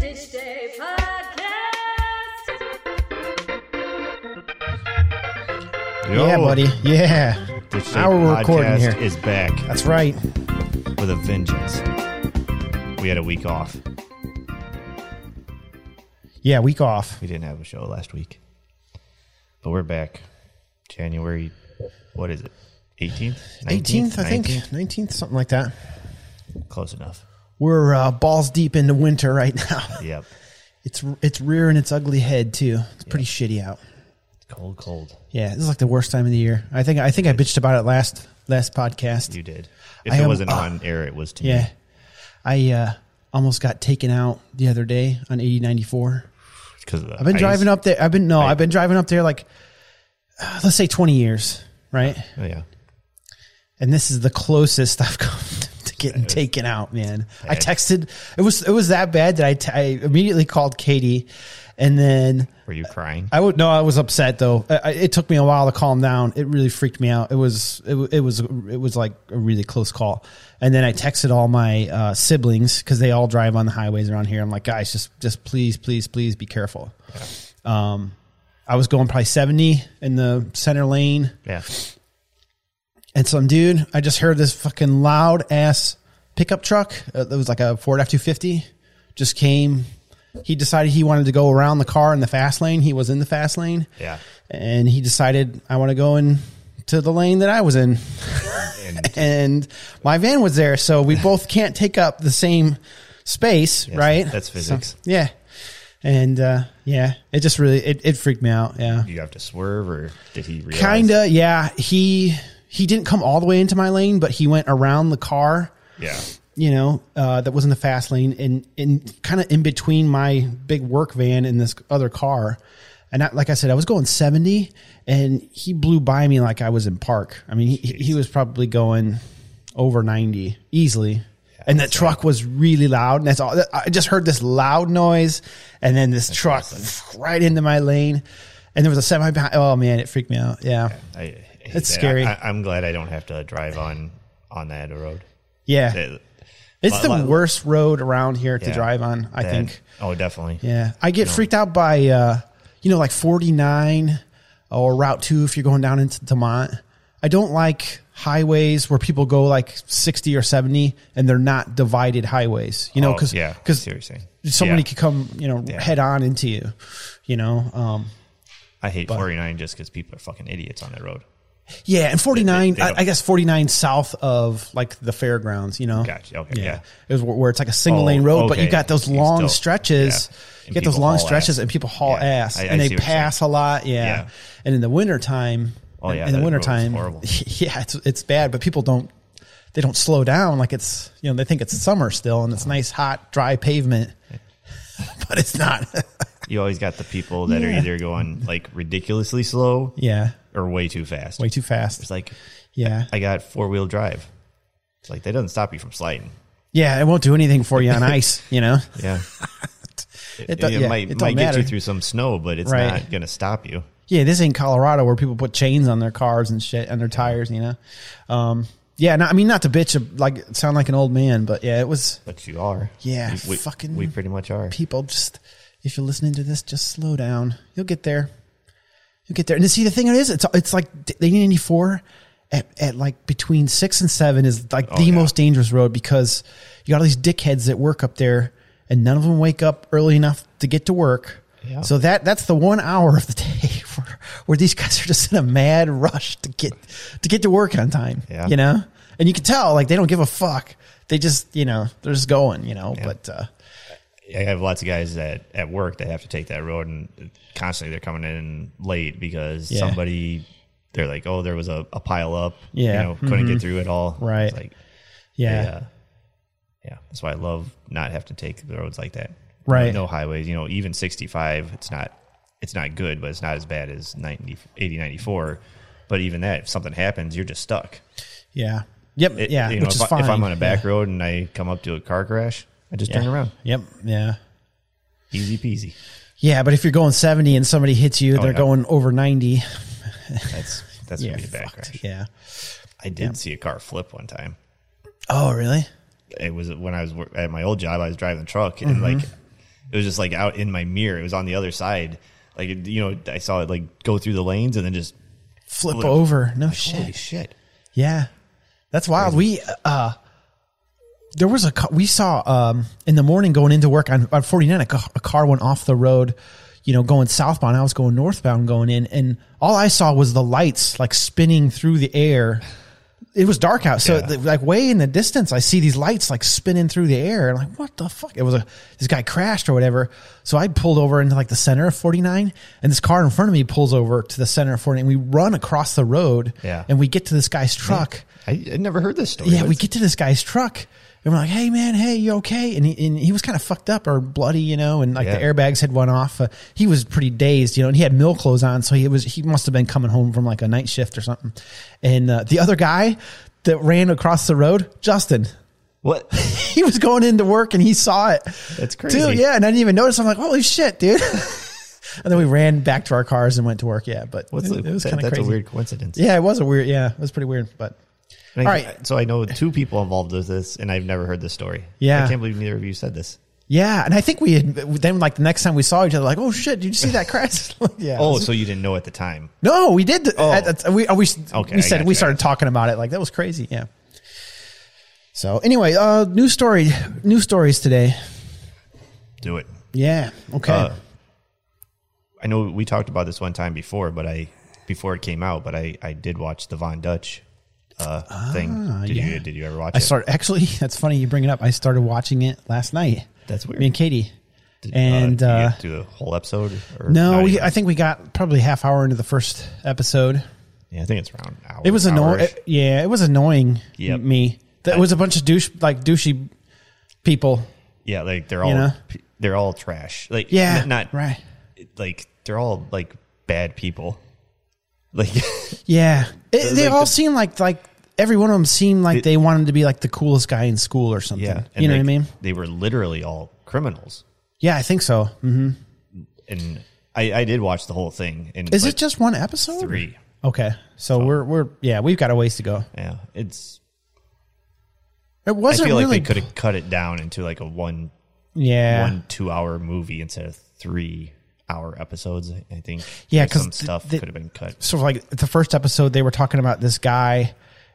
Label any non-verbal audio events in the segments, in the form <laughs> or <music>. Beach Day Podcast. Yo, Yeah, buddy. Yeah. Ditch Tape Now we're recording Podcast here. Is back That's right. with a vengeance. We had a week off. Yeah, week off. We didn't have a show last week, but we're back. January, what is it? Eighteenth, 18th, I think. 19th, something like that. Close enough. We're uh, balls deep into winter right <laughs> now. Yep. It's it's rearing its ugly head too. It's pretty shitty out. It's cold, cold. Yeah, this is like the worst time of the year. I think I think I bitched about it last last podcast. You did. If I it am- wasn't uh, on air, it was to me. Yeah. I uh, almost got taken out the other day on 8094. Because I've I've been driving up there. I've been no, I've been driving up there like uh, let's say 20 years, right? Oh, yeah. and this is the closest <laughs> I've come to getting taken out, man. I texted. It was it was that bad that I t- I immediately called Katie, and then Were you crying? I would no, I was upset though. I, I- it took me a while to calm down. It really freaked me out. It was it, wa- it was it was like a really close call, and then I texted all my uh, siblings because they all drive on the highways around here. I'm like, guys, just just please, please, please be careful. Um, I was going probably 70 in the center lane. yeah. And some dude, I just heard this fucking loud ass pickup truck. Uh, it was like a Ford F two fifty. Just came. He decided he wanted to go around the car in the fast lane. He was in the fast lane, Yeah. and he decided I want to go in to the lane that I was in. <laughs> And And my van was there, so we both can't take up the same space, right? that's So, physics. yeah, and uh, yeah, it just really it, it freaked me out. Yeah, you have to swerve, or did he realize? Kinda, yeah. He he didn't come all the way into my lane, but he went around the car, Yeah. you know, uh, that was in the fast lane, and and kind of in between my big work van and this other car. And I, like I said, I was going seventy, and he blew by me like I was in park. I mean, he, he was probably going over ninety easily. and that that's truck was really loud, and that's all. I just heard this loud noise, and then this truck <laughs> right into my lane, and there was a semi behind. Oh man, it freaked me out. Yeah, I, hate It's that. scary. I, I, am glad I don't have to drive on on that road. yeah. That- It's Lot- the lot- worst road around here to yeah. drive on, I That- think. Oh, definitely. Yeah. I get freaked out by uh, you know, like 49 or Route 2 if you're going down into Demont. I don't like highways where people go like 60 or 70 and they're not divided highways, you know, Oh, cuz yeah, cuz seriously, somebody Yeah. could come, you know, Yeah. head on into you, you know. Um I hate 49 just because people are fucking idiots on that road. yeah, and 49 they don't- I, I guess 49 south of like the fairgrounds, you know. Gotcha. Okay. Yeah. It was where where it's like a single Oh, lane road, but you okay. got those You long still- stretches. yeah. You And get those people long haul stretches ass. and people haul Yeah. ass I- I and they see what you're pass a saying. lot. Yeah. Yeah. And in the wintertime, Oh, yeah, in that road the is wintertime, horrible. <laughs> yeah, it's, it's bad, but people don't, they don't slow down. Like it's, you know, they think it's summer still and it's nice, hot, dry pavement, <laughs> but it's not. <laughs> You always got the people that are Yeah. either going like ridiculously slow yeah. or way too fast. Way too fast. It's like, yeah. I got four wheel drive. It's like, that doesn't stop you from sliding. yeah. It won't do anything <laughs> for you on ice, you know? Yeah. it do- it yeah, might, <laughs> it don't might get matter. you through some snow, but it's Right. not going to stop you. Yeah, this ain't Colorado where people put chains on their cars and shit on their tires, you know. Um, yeah, no, I mean not to bitch like sound like an old man, but yeah, it was But you are. Yeah, We, we- fucking We pretty much are. people just if you're listening to this, just slow down. You'll get there. You'll get there. And see the thing is, it's it's like the 94 E at, at like between six and seven is like the Oh, yeah. most dangerous road because you got all these dickheads that work up there, and none of them wake up early enough to get to work. Yeah. So that that's the one hour of the day <laughs> where, where these guys are just in a mad rush to get to get to work on time. Yeah. You know, and you can tell like they don't give a fuck. They just you know they're just going. You know, Yeah. but uh, I have lots of guys that at work that have to take that road, and constantly they're coming in late because Yeah. somebody they're like, "Oh, there was a, a pile up, Yeah. Mm-hmm. you know, couldn't get through at all." Right. It's like, yeah. yeah, That's why I love not having to take the roads like that. Right. no highways. You know, even sixty five, it's not it's not good, but it's not as bad as 90, 80, 94. But even that, if something happens, you're just stuck. Yeah. Yep. It- yeah. you know, which if, is I- fine. if I'm on a back road and I come up to a car crash, I just turn around, Yep. Yeah. easy peasy. Yeah, but if you're going 70 and somebody hits you, they're Oh, yeah. going over 90. That's that's Yeah. <laughs> gonna be a back fucked. crash. Yeah. I did see a car flip one time. Oh, really? It was when I was wor- at my old job. I was driving the truck, and like Mm-hmm. It was just like out in my mirror. It was on the other side. Like it, you know, I saw it like go through the lanes and then just Flip Flip. over. No holy shit. shit. Yeah. That's wild. We uh there was a car, we saw um in the morning going into work on, on 49 a ca- a car went off the road you know going southbound i was going northbound going in and all i saw was the lights like spinning through the air it was dark out so Yeah. the- like way in the distance i see these lights like spinning through the air and like what the fuck it was a this guy crashed or whatever so i pulled over into like the center of 49 and this car in front of me pulls over to the center of 49 and we run across the road Yeah. and we get to this guy's truck I, I never heard this story. yeah, we What's- get to this guy's truck and we're like, "Hey, man, hey, you okay?" And he, and he was kind of fucked up or bloody, you know, and like the Yeah. airbags had went off. Uh, he was pretty dazed, you know, and he had mill clothes on, so he was he must have been coming home from like a night shift or something. And uh, the other guy that ran across the road, Justin. <laughs> what? <laughs> He was going into work and he saw it. That's crazy. Dude, yeah, and I didn't even notice. I'm like, holy shit, dude. <laughs> and then we ran back to our cars and went to work. Yeah, but What's it, the, it was that- kind of that's crazy. a weird coincidence. Yeah, it was a weird. Yeah, it was pretty weird. But And I- All right. So I know two people involved with this, and I've never heard this story. Yeah. I can't believe neither of you said this. Yeah, and I think we had then like the next time we saw each other, like, oh shit, did you see <laughs> that crash? <laughs> Like, yeah. Oh, so you didn't know at the time. no, we did. Oh. at- at- we uh, we, Okay, we I said got we you, I started got talking about it like that was crazy. Yeah. So anyway, uh, new story, new stories today. Do it. Yeah. Okay. Uh, I know we talked about this one time before, but I before it came out, but I I did watch the Von Dutch uh, thing. Did Ah, yeah. you did you ever watch I it? Uh, started actually. <laughs> That's funny you bring it up. I started watching it last night. That's weird. Me and Katie. Did, and, did you uh, get through the whole episode? Or No, not we, even? I think we got probably half hour into the first episode. yeah, I think it's around. Hour, It was annoying. hour-ish. yeah, it was annoying. Yep. Me. That I- was a bunch of douche like douchey people. Yeah, like they're all know? p- they're all trash. Like Yeah. n- not right. Like they're all like bad people. Like <laughs> Yeah, it, they like all the- seem like like every one of them seemed like The- they wanted to be like the coolest guy in school or something. yeah, and you know like, what I mean? They were literally all criminals, Yeah, I think so. Mhm. and I I did watch the whole thing. And Is like, it just one episode? three? Okay, so we're we're yeah, we've got a ways to go. Yeah, it's It I wasn't feel really. like they could have cut it down into like a one yeah, one two hour movie instead of three hour episodes. I think. Yeah, Like, 'cause some th- stuff th- could have been cut. sort of like the first episode they were talking about this guy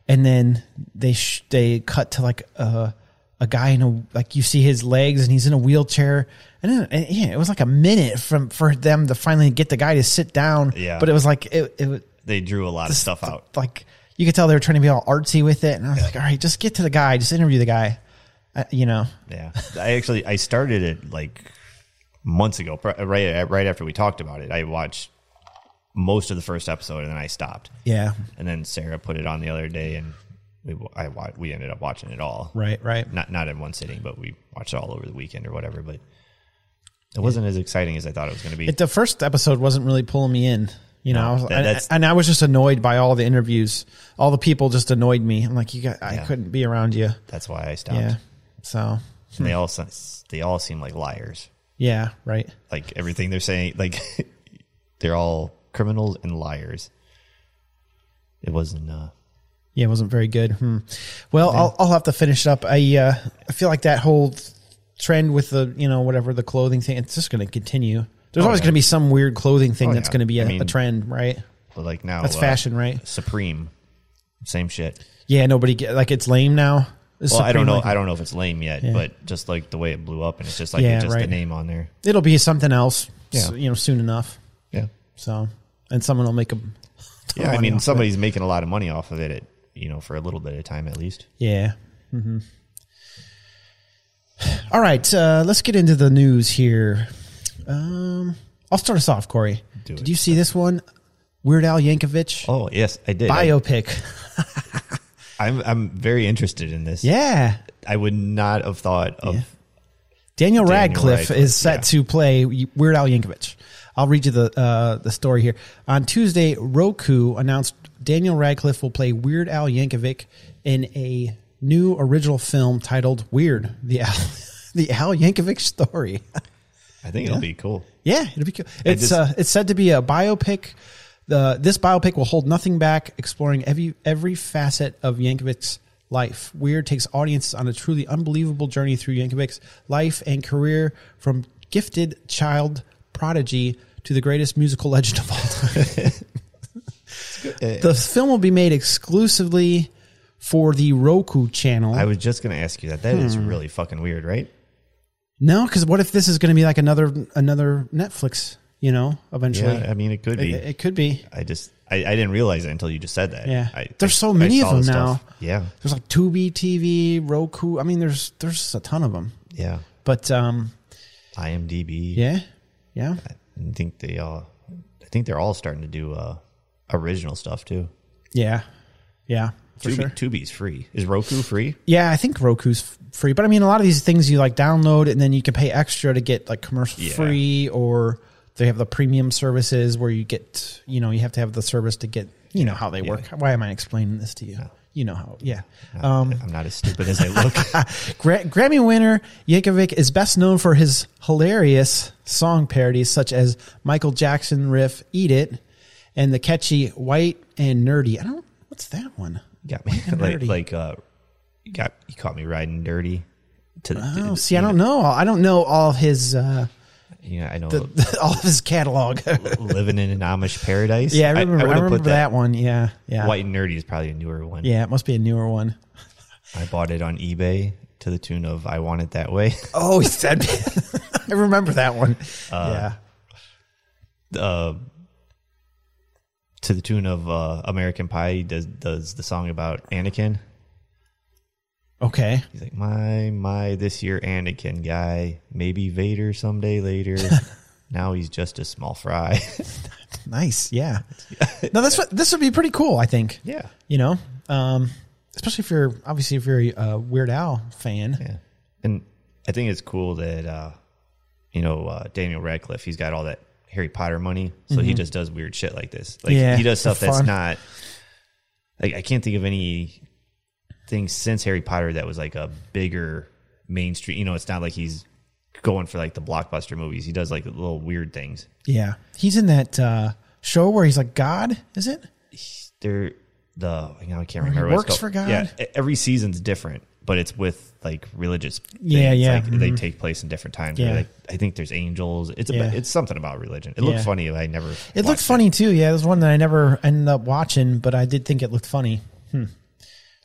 and then they sh- they cut to like a a guy in a like you see his legs and he's in a wheelchair and, then, and yeah it was like a minute from for them to finally get the guy to sit down Yeah. but it was like it, it was They drew a lot of stuff out. like you could tell they were trying to be all artsy with it and I was like all right just get to the guy just interview the guy uh, you know Yeah, I actually I started it like months ago, pr- right right after we talked about it. I watched most of the first episode and then I stopped. yeah And then Sarah put it on the other day, and we wa- I wa- we ended up watching it all. right right Not not in one sitting, but we watched it all over the weekend or whatever. But it wasn't as exciting as I thought it was going to be. it, the first episode wasn't really pulling me in. You know, No, I was, that- and- that's- and I was just annoyed by all the interviews. All the people just annoyed me. I'm like, you got, I Yeah. couldn't be around you. That's why I stopped. Yeah. So, And they all se- they all seem like liars. yeah, right. Like everything they're saying, like <laughs> they're all criminals and liars. It wasn't. Uh, Yeah, it wasn't very good. Hmm. Well, I'll, I'll have to finish it up. I, uh, I feel like that whole trend with the, you know, whatever the clothing thing, it's just going to continue. There's Oh, always yeah. going to be some weird clothing thing Oh, that's yeah. going to be a, I mean- a trend, right? But like now, That's uh, fashion, right? Supreme, same shit. Yeah, nobody get like it's lame now. It's Well, I don't supreme, know. like- I don't know if it's lame yet, but just like the way it blew up, and it's just like Yeah, it's just right. the name on there. It'll be something else, Yeah. you know, soon enough. Yeah, So, and someone will make them. <laughs> yeah. I mean, somebody's making a lot of money off of it, at, you know, for a little bit of time at least. yeah. Mm-hmm. <sighs> All right, uh, let's get into the news here. Um, I'll start us off, Corey. Do Did it. you see this one? Weird Al Yankovic Oh yes, I did. I, biopic. I'm I'm very interested in this. yeah, I would not have thought of. Daniel, Radcliffe, Radcliffe, is set yeah. to play Weird Al Yankovic. I'll read you the uh, the story here. On Tuesday, Roku announced Daniel Radcliffe will play Weird Al Yankovic in a new original film titled "Weird: The Al <laughs> The Al Yankovic Story." I think it'll be cool. Yeah, it'll be cool. It's just- uh, it's said to be a biopic. The this biopic will hold nothing back, exploring every every facet of Yankovic's life. Weird takes audiences on a truly unbelievable journey through Yankovic's life and career, from gifted child prodigy to the greatest musical legend of all time. <laughs> <laughs> the film will be made exclusively for the Roku channel. I was just going to ask you that. That is Hmm. really fucking weird, right? no, because what if this is going to be like another another Netflix? You know, eventually Yeah, I mean, it could it, be. it could be. I just I, I didn't realize it until you just said that. Yeah. I, There's so I- I many of saw the them now. stuff. Yeah, There's like Tubi TV, Roku. I mean, there's there's a ton of them. yeah. But um, IMDb. yeah, yeah. I think they all. I think they're all starting to do uh, original stuff too. Yeah. Yeah. For Tubi, sure. Tubi's free. Is Roku free? Yeah, I think Roku's f- free, but I mean a lot of these things you like download and then you can pay extra to get like commercial Yeah. free or they have the premium services where you get, you know, you have to have the service to get, you know how they work. Why am I explaining this to you? You know how. Yeah. Um I'm not as stupid as I <laughs> look. <laughs> Gra- Grammy winner Yankovic is best known for his hilarious song parodies such as Michael Jackson riff "Eat It" and the catchy "White and Nerdy." I don't. What's that one? got <laughs> me and like dirty. like uh, you got you caught me riding dirty. To Oh, see, I don't know. I don't know all of his uh, <laughs> Yeah, I know. all of his catalog. <laughs> living in an Amish paradise. yeah, I remember. I, would've remember that, one. Yeah, yeah, White and nerdy is probably a newer one. yeah. It must be a newer one. I bought it on eBay to the tune of "I Want It That Way." <laughs> Oh, he <laughs> said. I remember that one. yeah. uh, to the tune of uh, American Pie he does does the song about Anakin. Okay. He's like, my my, this year Anakin guy, maybe Vader someday later. now he's just a small fry. <laughs> Nice. <laughs> Yeah. No, that's what this would be pretty cool. I think. yeah, you know um especially if you're obviously if you're a uh, weird owl fan yeah. And I think it's cool that uh, you know uh, Daniel Radcliffe. He's got all that Harry Potter money, so he just does weird shit like this. Like Mm-hmm. Yeah, he does for stuff that's fun. not. Like I can't think of any thing since Harry Potter that was like a bigger mainstream. You know, it's not like he's going for like the blockbuster movies. He does like little weird things. yeah he's in that uh show where he's like god is it they're the you know, I can't Oh, he remember. what it's works called. for God? Yeah, e- every season's different, but it's with like religious. Yeah, things. yeah, Mm-hmm. Like, They take place in different times. Yeah. Yeah. Like, I think there's angels. It's Yeah. about, it's something about religion. It Yeah. looked funny. I never. it looked watched funny too yeah it was one that i never ended up watching but i did think it looked funny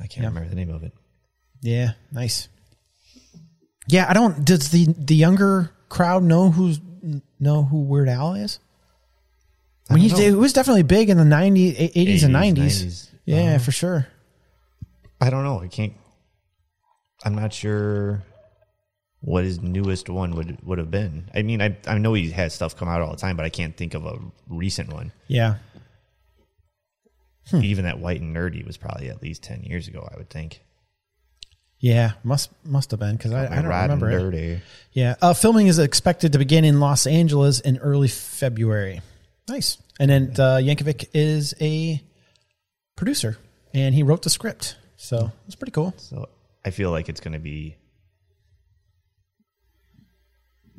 I can't remember the name of it. yeah nice yeah i don't does the the younger crowd know who's know who weird owl is I when don't he know. did- he was definitely big in the 90s 80s, and 80s, 90s, 90s. yeah for sure I don't know. I can't. I'm not sure what his newest one would would have been. I mean, I I know he has stuff come out all the time, but I can't think of a recent one. yeah Hmm. Even that white and nerdy was probably at least ten years ago. I would think. yeah must must have been because I, I don't Rod and remember it. Dirty. Yeah, uh, filming is expected to begin in Los Angeles in early February. Nice. And then uh, Yankovic is a producer, and he wrote the script, so it's pretty cool. So I feel like it's going to be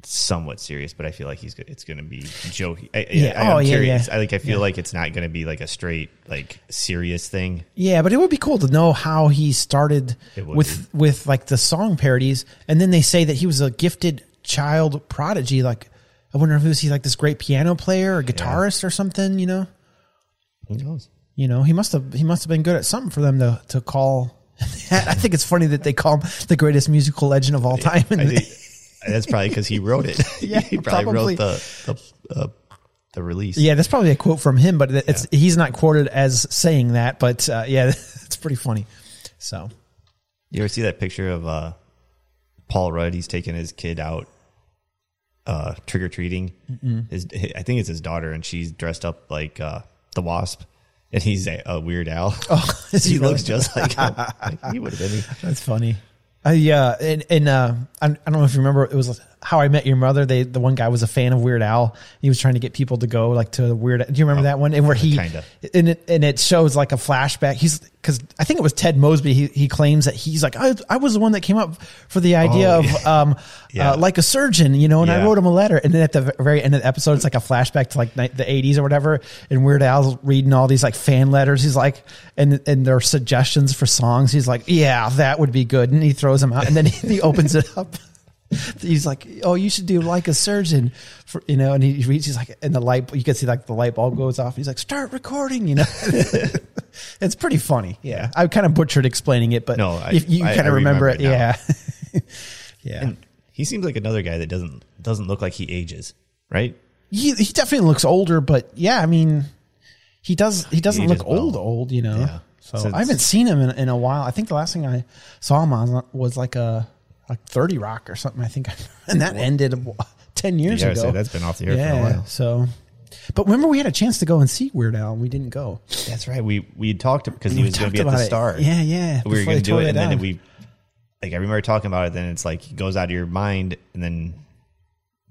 somewhat serious, but I feel like he's go- it's going to be jokey. I, Yeah. yeah. I, Oh, am yeah, curious. yeah. I like. I feel like it's not going to be like a straight like serious thing. Yeah, but it would be cool to know how he started It would with with like the song parodies, and then they say that he was a gifted child prodigy. Like, I wonder if he was he like this great piano player or guitarist or something. You know, Who knows? you know, he must have he must have been good at something for them to to call. <laughs> I think it's funny that they call him the greatest musical legend of all time. <laughs> I think that's probably because he wrote it. <laughs> Yeah, he probably, probably. wrote the the, uh, the release. Yeah, that's probably a quote from him, but it's he's not quoted as saying that. But uh, yeah, <laughs> it's pretty funny. So <laughs> You ever see that picture of uh, Paul Rudd? He's taking his kid out uh, trick or treating. His, I think it's his daughter, and she's dressed up like uh, the Wasp, and he's a, a Weird Al. <laughs> Oh, is <laughs> he he looks really? just like him. Like, he would <laughs> have been. that's funny. Uh, yeah, and, and uh, I, I don't know if you remember, it was How I Met Your Mother. They the one guy was a fan of Weird Al. He was trying to get people to go like to Weird. Do you remember that one? And where he Oh, kinda. and it, and it shows like a flashback. He's because I think it was Ted Mosby. He, he claims that he's like I, I was the one that came up for the idea Oh, of um Yeah. uh, like a surgeon, you know. And I Yeah. wrote him a letter. And then at the very end of the episode, it's like a flashback to like ni- the eighties or whatever. And Weird Al's reading all these like fan letters. He's like, and and their suggestions for songs. He's like, yeah, that would be good. And he throws them out, and then he, he opens it up. <laughs> he's like, "Oh, you should do like a surgeon," for, you know. And he reads, he's like, and the light, you can see like the light bulb goes off. He's like, "Start recording," you know. <laughs> it's pretty funny. Yeah, I kind of butchered explaining it, but No, I- if you I- kind I of remember, remember it, it now. yeah, <laughs> yeah. He seems like another guy that doesn't doesn't look like he ages, right? he he definitely looks older, but yeah, I mean, he does he doesn't ages look old well. old, you know. Yeah. So Since- I haven't seen him in, in a while. I think the last thing I saw him on was like a like Thirty Rock or something. I think, <laughs> and that ended ten years Yeah, I ago. say that's been off the air for a yeah, while. So, but remember we had a chance to go and see Weird Al, and we didn't go. That's right. We we had talked because he We was going talked to be at the about it. star. Yeah, yeah, We were before going they to do tore it, that and then down. we like I remember talking about it. Then it's like it goes out of your mind, and then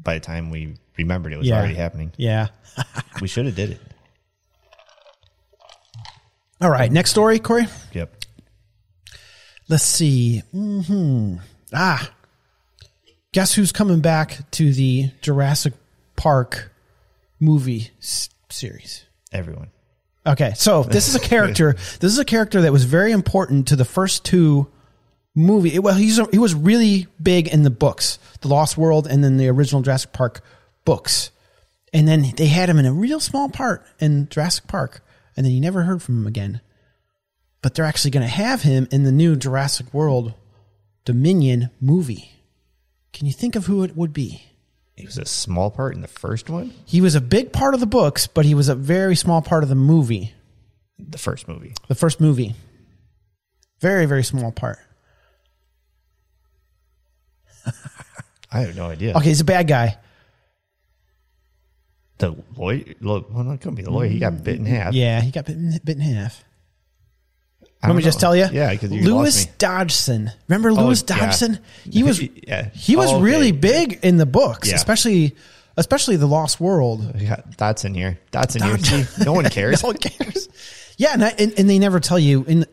by the time we remembered, it was Yeah. already happening. Yeah. We should have did it. All right. Next story, Corey. Yep. Let's see. hmm Ah, guess who's coming back to the Jurassic Park movie s- series? Everyone. Okay, so this is a character. this is a character that was very important to the first two movie. Well, he's a, he was really big in the books, The Lost World, and then the original Jurassic Park books. And then they had him in a real small part in Jurassic Park, and then you never heard from him again. But they're actually going to have him in the new Jurassic World Dominion movie. Can you think of who it would be? It was a small part in the first one, He was a big part of the books, but he was a very small part of the movie. the first movie. the first movie. Very, very small part. I have no idea. Okay, he's a bad guy. The lawyer. Well, no, it couldn't be the lawyer. He got bit in half. Yeah, he got bitten, bitten in half. I Let don't me just know. tell you. Yeah, because you Lewis lost me. Oh, Dodgson. Remember Lewis yeah. <laughs> Dodgson? He was Yeah. he was Oh, okay. really big in the books, Yeah. especially especially the Lost World. We got dots in here. Dots in here. See, no one cares. <laughs> No one cares. Yeah, and, I, and and they never tell you in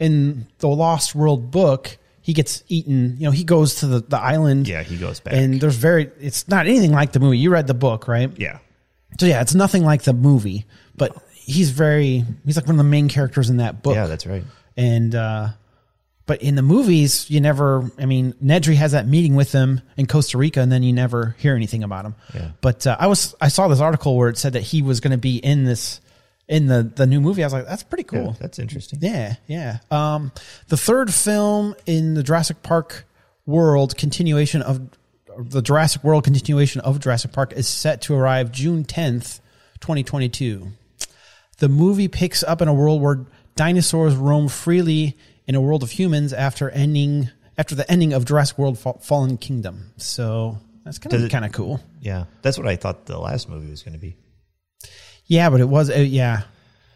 in the Lost World book he gets eaten. You know, he goes to the, the island. Yeah, he goes back. and there's very. It's not anything like the movie. You read the book, right? yeah. So yeah, it's nothing like the movie, but he's very he's like one of the main characters in that book. Yeah, that's right. and uh but in the movies, you never. I mean, Nedry has that meeting with him in Costa Rica, and then you never hear anything about him. Yeah. But uh, I was I saw this article where it said that he was going to be in this in the the new movie. I was like, that's pretty cool. Yeah, that's interesting. Yeah, yeah. Um, the third film in the Jurassic Park world continuation of the Jurassic World continuation of Jurassic Park is set to arrive June 10th, 2022. The movie picks up in a world where dinosaurs roam freely in a world of humans after ending after the ending of Jurassic World Fa- Fallen Kingdom. So that's Does kind of it- kind of cool. Yeah, that's what I thought the last movie was going to be. Yeah, but it was uh, yeah.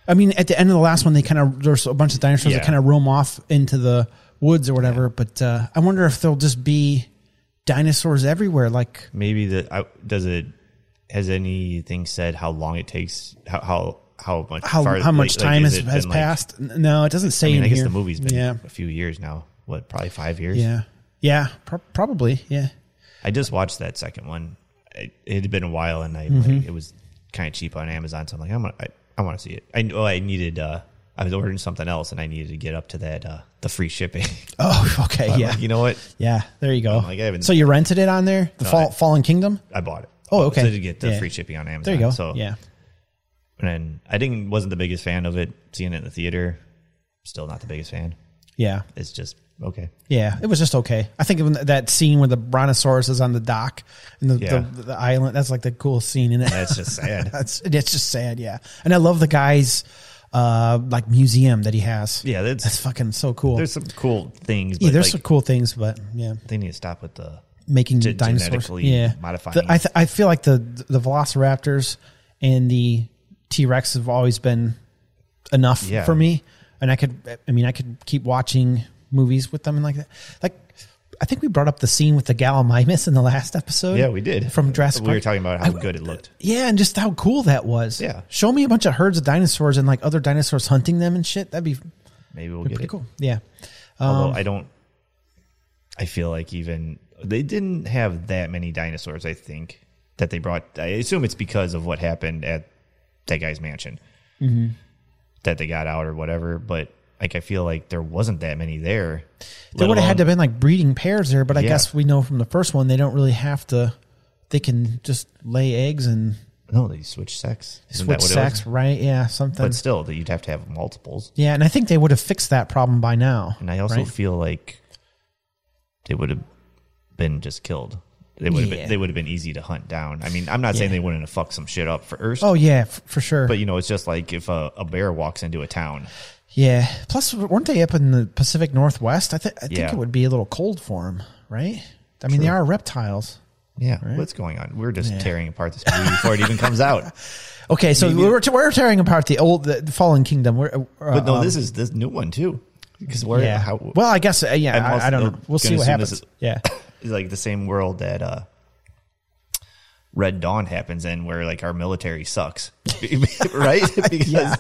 I mean, at the end of the last one, they kind of there's a bunch of dinosaurs that Yeah. kind of roam off into the woods or whatever. But uh, I wonder if there'll just be dinosaurs everywhere. Like, Maybe the I, does it has anything said how long it takes how how how much how far- how much like- like, time is has, it has been, like- passed? N- no, it doesn't say. I mean, in I guess here. the movie's been Yeah, a few years now. What, probably five years? yeah, yeah. Pro- probably. Yeah. I just watched that second one. It, it had been a while, and I Mm-hmm. like, it was kind of cheap on Amazon. So I'm like, I'm gonna, I, I want to see it. I know I needed. uh I was ordering something else, and I needed to get up to that uh the free shipping. <laughs> Oh, <laughs> okay. I'm yeah. like, you know what? yeah. There you go. like, I haven't- so you rented it on there, the Fall, I- Fallen Kingdom. I bought it. Oh, So okay. to get the Yeah. free shipping on Amazon. There you go. Uh, So yeah. and I didn't wasn't the biggest fan of it. Seeing it in the theater, still not the biggest fan. Yeah. It's just okay. Yeah, it was just okay. I think when that scene where the brontosaurus is on the dock and the, Yeah. the, the island, that's like the coolest scene in it. That's just sad. <laughs> that's it's just sad, yeah. And I love the guy's uh like museum that he has. Yeah, that's, That's fucking so cool. <laughs> there's some cool things. But yeah, there's like, some cool things, but yeah. They need to stop with the Making Gen- dinosaurs. genetically Yeah. modifying. The- I th- I feel like the the velociraptors and the T Rex have always been enough Yeah. for me. And I could I mean I could keep watching movies with them and like that. Like I think we brought up the scene with the Gallimimus in the last episode. yeah, we did From Jurassic We were Park. talking about how good it looked. Yeah, and just how cool that was. Yeah. Show me a bunch of herds of dinosaurs and like other dinosaurs hunting them and shit. That'd be Maybe we'll get pretty it. cool. Yeah. Um, Although I don't, I feel like even they didn't have that many dinosaurs. I think that they brought. I assume it's because of what Mm-hmm. happened at that guy's mansion that they got out or whatever. But like I feel like there wasn't that many there. They let would have had to alone- been like breeding pairs there, but I Yeah. guess we know from the first one they don't really have to. They can just lay eggs and no, they switched sex. Isn't that what switch it sex, was? right? Yeah, something. but still, that you'd have to have multiples. yeah, and I think they would have fixed that problem by now. And I also right? feel like they would have been just killed. They would have Yeah. been, they would have been easy to hunt down. I mean, I'm not saying they wouldn't have fucked some shit up first, oh yeah, f- for sure. but you know, it's just like if a, a bear walks into a town, yeah. Plus, weren't they up in the Pacific Northwest? I, th- I think Yeah. it would be a little cold for them, right? I mean, they are reptiles. Yeah, what's going on? We're just tearing apart this movie before it even comes <laughs> out. Okay, so we're, we're tearing apart the old the Fallen Kingdom. We're, uh, But no, this is this new one too. Because we're yeah. how, well, I guess uh, yeah. I'm I, I also don't know. gonna We'll see what assume happens. this yeah. it's like the same world that uh, Red Dawn happens in, where like our military sucks, <laughs> <laughs> right? because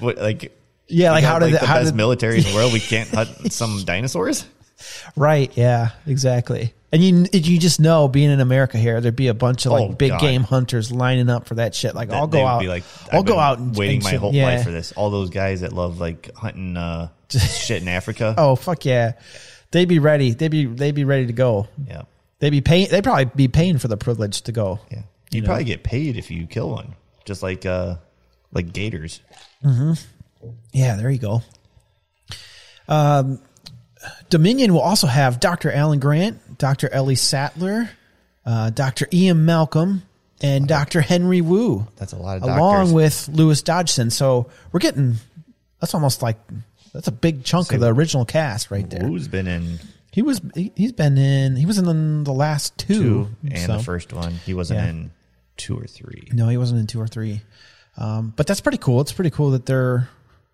what like we <laughs> Yeah, got, like, how did the, the- how best did- military in the <laughs> world? We can't hunt some dinosaurs. Right. Yeah. Exactly. And you you just know being in America here, there'd be a bunch of like Oh, big God. game hunters lining up for that shit. Like I'll That they go would out. Be like, I'll I've go been out and waiting and my shit- whole yeah. life for this. All those guys that love like hunting <laughs> uh, shit in Africa. Oh fuck yeah, they'd be ready. They'd be they'd be ready to go. yeah, They'd be paying. They'd probably be paying for the privilege to go. Yeah. You'd probably get paid if you kill one, just like uh, like gators. Yeah, there you go. Um, Dominion will also have Dr. Alan Grant, Dr. Ellie Sattler, uh, Dr. Ian Malcolm, and Dr. Henry Wu. That's a lot of doctors. along with Lewis Dodgson. So we're getting that's almost like that's a big chunk of the original cast right there. Who's been in He was he, he's been in he was in the last two, two and so- the first one? He wasn't Yeah. in two or three. No, he wasn't in two or three. Um, but that's pretty cool. It's pretty cool that they're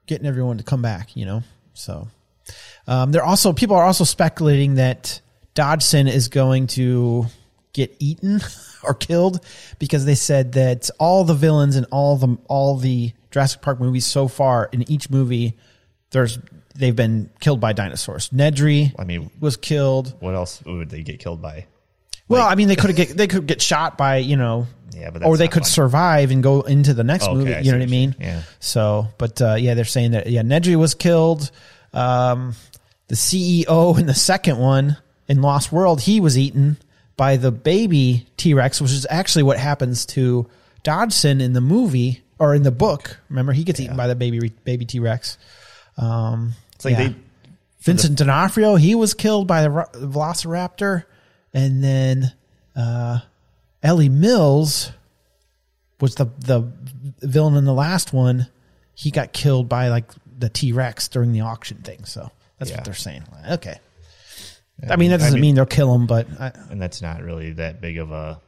getting everyone to come back, you know? So um, they're also, people are also speculating that Dodson is going to get eaten <laughs> or killed because they said that all the villains in all the, all the Jurassic Park movies so far in each movie, there's, they've been killed by dinosaurs. Nedry, I mean- was killed. What else would they get killed by? Well, I mean, they could get they could get shot by you know, Yeah, but or that's they not could fun. survive and go into the next Okay, movie. I You see know what I what you're mean? saying. Yeah. So, but uh, yeah, they're saying that yeah, Nedry was killed. Um, the CEO in the second one in Lost World, he was eaten by the baby T Rex, which is actually what happens to Dodson in the movie or in the book. Remember, he gets eaten by the baby baby T Rex. Um, It's like yeah. they Vincent D'Onofrio, he was killed by the ro- Velociraptor, and then uh, Ellie Mills was the the villain in the last one. He got killed by like the T Rex during the auction thing. So that's Yeah. what they're saying. Okay, I mean that doesn't mean- mean they'll kill him, but I, and that's not really that big of a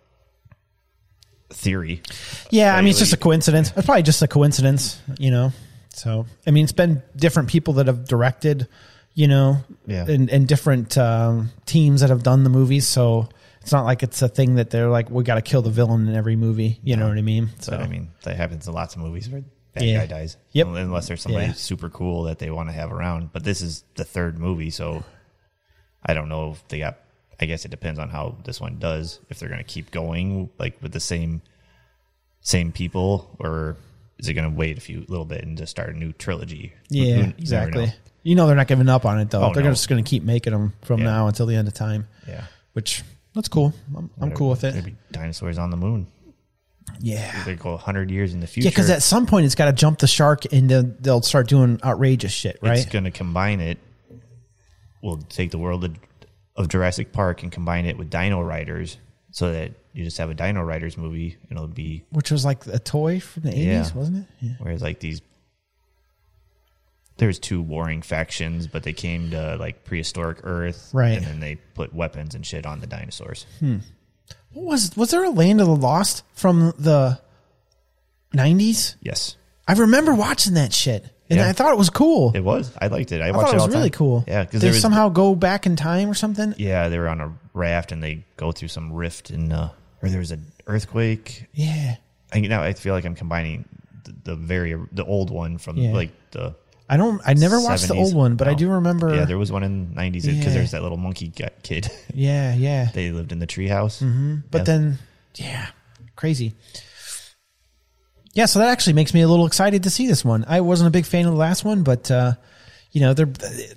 theory. yeah, I mean it's just a Bailey. coincidence. It's probably just a coincidence, you know. So I mean it's been different people that have directed, you know, Yeah. and and different um, teams that have done the movies. So it's not like it's a thing that they're like we got to kill the villain in every movie. You know what I mean? So But uh, I mean, that happens in lots of movies where that Yeah. guy dies. Yep. Unless there's somebody Yeah. super cool that they want to have around. But this is the third movie, so I don't know if they got. I guess it depends on how this one does. If they're going to keep going like with the same same people, or is it going to wait a few little bit and just start a new trilogy? Who- yeah, who- you never exactly. know. You know they're not giving up on it though. Oh, they're no. just going to keep making them from Yeah. now until the end of time. Yeah, Which that's cool. I'm, I'm cool with it. There'd be dinosaurs on the moon. Yeah. They go hundred years in the future. Yeah, because at some point it's got to jump the shark and then they'll start doing outrageous shit, right? it's going to combine it. We'll take the world of, of Jurassic Park and combine it with Dino Riders, so that you just have a Dino Riders movie, and it'll be which was like a toy from the 80s, Yeah. wasn't it? Yeah. whereas like these. There's two warring factions, but they came to like prehistoric Earth, Right. And then they put weapons and shit on the dinosaurs. What was was there a Land of the Lost from the 90s? Yes, I remember watching that shit. And Yeah. I thought it was cool. it was. I liked it. I, I watched thought it it was all the time. really cool. Yeah, because they there was somehow go back in time or something. Yeah. yeah they were on a raft and they go through some rift and uh, or there was an earthquake I now I feel like I'm combining the, the very the old one from Yeah. like the I don't I never watched the 70s. old one, but I No. do remember yeah there was one in the 90s because Yeah. there's that little monkey gu- kid <laughs> Yeah, yeah. they lived in the treehouse mm-hmm. But then yeah, crazy. Yeah, so that actually makes me a little excited to see this one. I wasn't a big fan of the last one, but uh, you know they're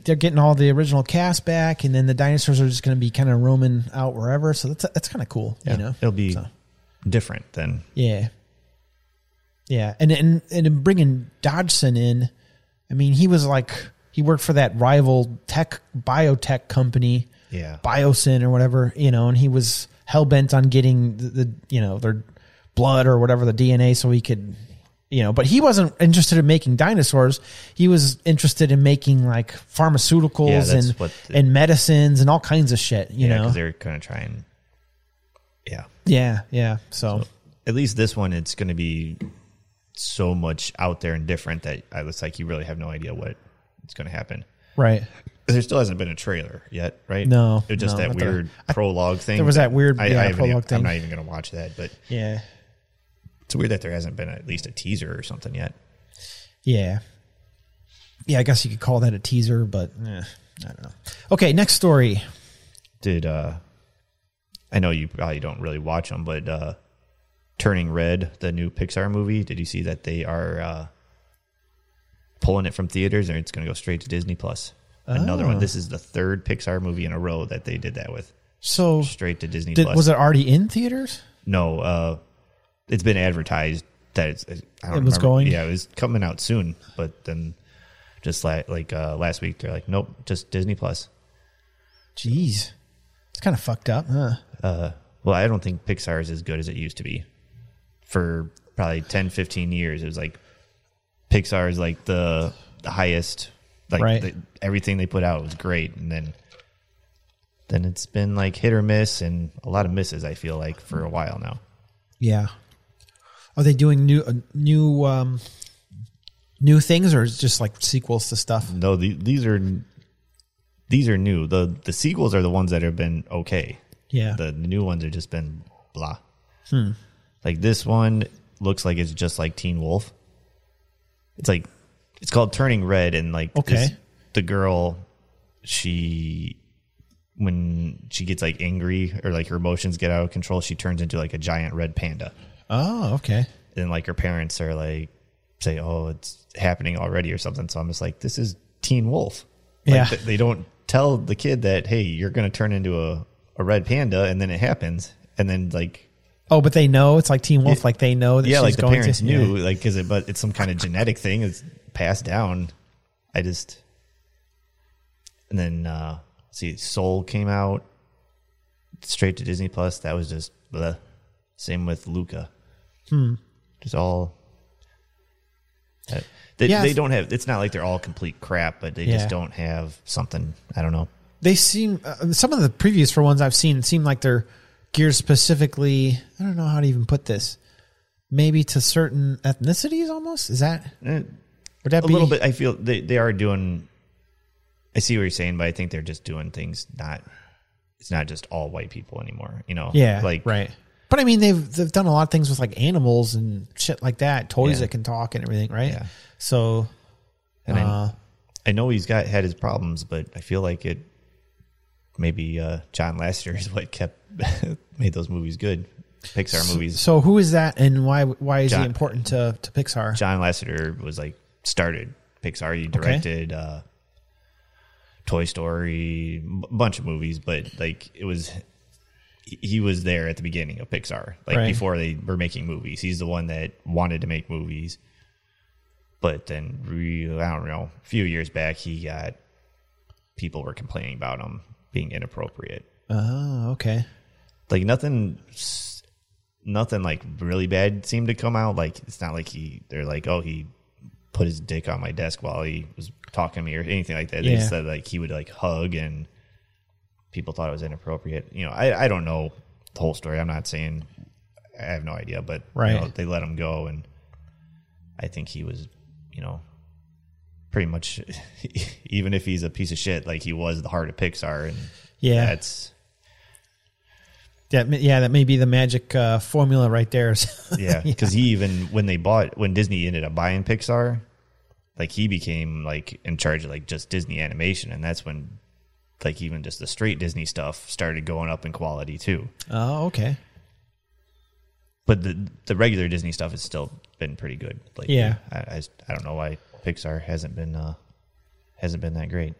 they're getting all the original cast back, and then the dinosaurs are just going to be kind of roaming out wherever. So that's that's kind of cool. Yeah. You know, It'll be So, different than yeah, yeah, and and and in bringing Dodgson in. I mean, he was like he worked for that rival tech biotech company, Yeah. Biosyn or whatever, you know, and he was hell bent on getting the, the you know their blood or whatever the DNA so he could you know, but he wasn't interested in making dinosaurs. He was interested in making like Yeah, pharmaceuticals that's and what the- and medicines and all kinds of shit, yeah you know. because they're kind of trying. Yeah, Yeah, yeah. So, at least this one it's going to be so much out there and different that I was like, you really have no idea what it's going to happen. right. There still hasn't been a trailer yet, right? No, it was just no, that not that I- weird prologue thing. there was that weird, yeah, haven't prologue even- thing. I'm not even going to watch that, but Yeah. it's weird that there hasn't been at least a teaser or something yet. Yeah. Yeah, I guess you could call that a teaser, but eh, I don't know. Okay, next story. Did uh, I know you probably don't really watch them, but uh, Turning Red, the new Pixar movie, did you see that they are uh, pulling it from theaters and it's going to go straight to Disney Plus? Another Oh. one. This is the third Pixar movie in a row that they did that with, So, straight to Disney did, Plus. was it already in theaters? No, uh, it's been advertised that it's, I don't It was remember. going? Yeah, it was coming out soon, but then just like like uh, last week, they're like, nope, just Disney Plus. Jeez. It's kind of fucked up, huh? Uh, well, I don't think Pixar is as good as it used to be. For probably 10, 15 years, it was like Pixar is like the, the highest, like Right. the, everything they put out was great, and then then it's been like hit or miss, and a lot of misses. I feel like for a while now. Yeah. Are they doing new uh, new um new things or is it just like sequels to stuff? No, the, these are these are new. the The sequels are the ones that have been okay. Yeah. The new ones have just been blah. Like this one looks like it's just like Teen Wolf. It's like it's called Turning Red, and like Okay. this- the girl, she when she gets like angry or like her emotions get out of control, she turns into like a giant red panda oh, okay. and like her parents are like say oh it's happening already or something so i'm just like this is teen wolf like, Yeah. th- they don't tell the kid that hey you're going to turn into a, a red panda and then it happens and then like Oh, but they know it's like Teen Wolf. like they know that yeah she's like the going parents to, knew Yeah. like because it but it's some kind of genetic thing it's passed down i just and then uh see soul came out straight to disney plus that was just the same with luca hmm just all uh, they, Yeah. they don't have it's not like they're all complete crap but they Yeah. just don't have something i don't know They seem uh, some of the previews for ones I've seen seem like they're geared specifically, I don't know how to even put this. Maybe to certain ethnicities almost? Is that Eh, would that a be little bit i feel they, they are doing i see what you're saying but i think they're just doing things not it's not just all white people anymore you know Yeah. like right. But I mean, they've they've done a lot of things with like animals and shit like that, toys Yeah. that can talk and everything, right? Yeah. So, and uh, I, I know he's got had his problems but i feel like it maybe uh john lasseter is what kept <laughs> made those movies good pixar movies so who is that, and why why is he John- important to to Pixar? john lasseter was like started pixar he directed uh toy story a bunch of movies but like it was he was there at the beginning of Pixar, like Right. before they were making movies. He's the one that wanted to make movies, but then re- I don't know. A few years back, he got people were complaining about him being inappropriate. Oh, okay. Like nothing, s- nothing like really bad seemed to come out. Like it's not like he they're like oh he put his dick on my desk while he was talking to me or anything like that. They Yeah. just said like he would like hug and people thought it was inappropriate. You know, I, I don't know the whole story. I'm not saying I have no idea, but you Right. know, they let him go, and I think he was, you know, pretty much <laughs> even if he's a piece of shit, like he was the heart of Pixar, and Yeah. that's That may- yeah, that may be the magic uh, formula right there. <laughs> yeah, because he even when they bought when Disney ended up buying Pixar, like he became like in charge of like just Disney animation, and that's when like even just the straight Disney stuff started going up in quality too. oh, okay. But the the regular Disney stuff has still been pretty good. Like Yeah. I, I, just- I don't know why Pixar hasn't been uh hasn't been that great.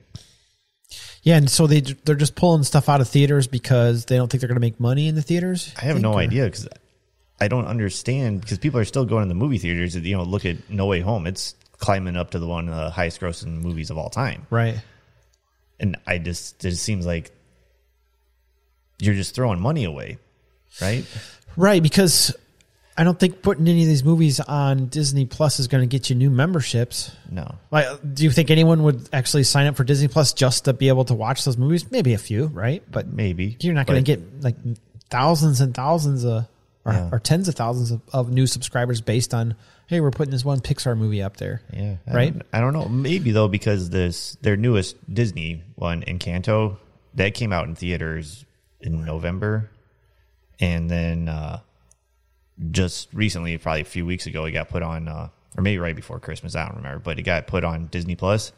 Yeah, and so they they're just pulling stuff out of theaters because they don't think they're going to make money in the theaters. I have think, uh, no or- idea because I don't understand because people are still going to the movie theaters. You know, look at No Way Home; it's climbing up to the one of the highest grossing movies of all time, Right. and I just it seems like you're just throwing money away, right? Right, because I don't think putting any of these movies on Disney Plus is going to get you new memberships. No, Like, do you think anyone would actually sign up for Disney Plus just to be able to watch those movies? Maybe a few, right? But maybe you're not going but to get like thousands and thousands of, or, Yeah. or tens of thousands of, of new subscribers based on, hey, we're putting this one Pixar movie up there. Yeah, I Right? don't- I don't know. Maybe though, because this their newest Disney one, Encanto, that came out in theaters in November, and then uh, just recently, probably a few weeks ago, it got put on, uh, or maybe right before Christmas. I don't remember, but it got put on Disney Plus,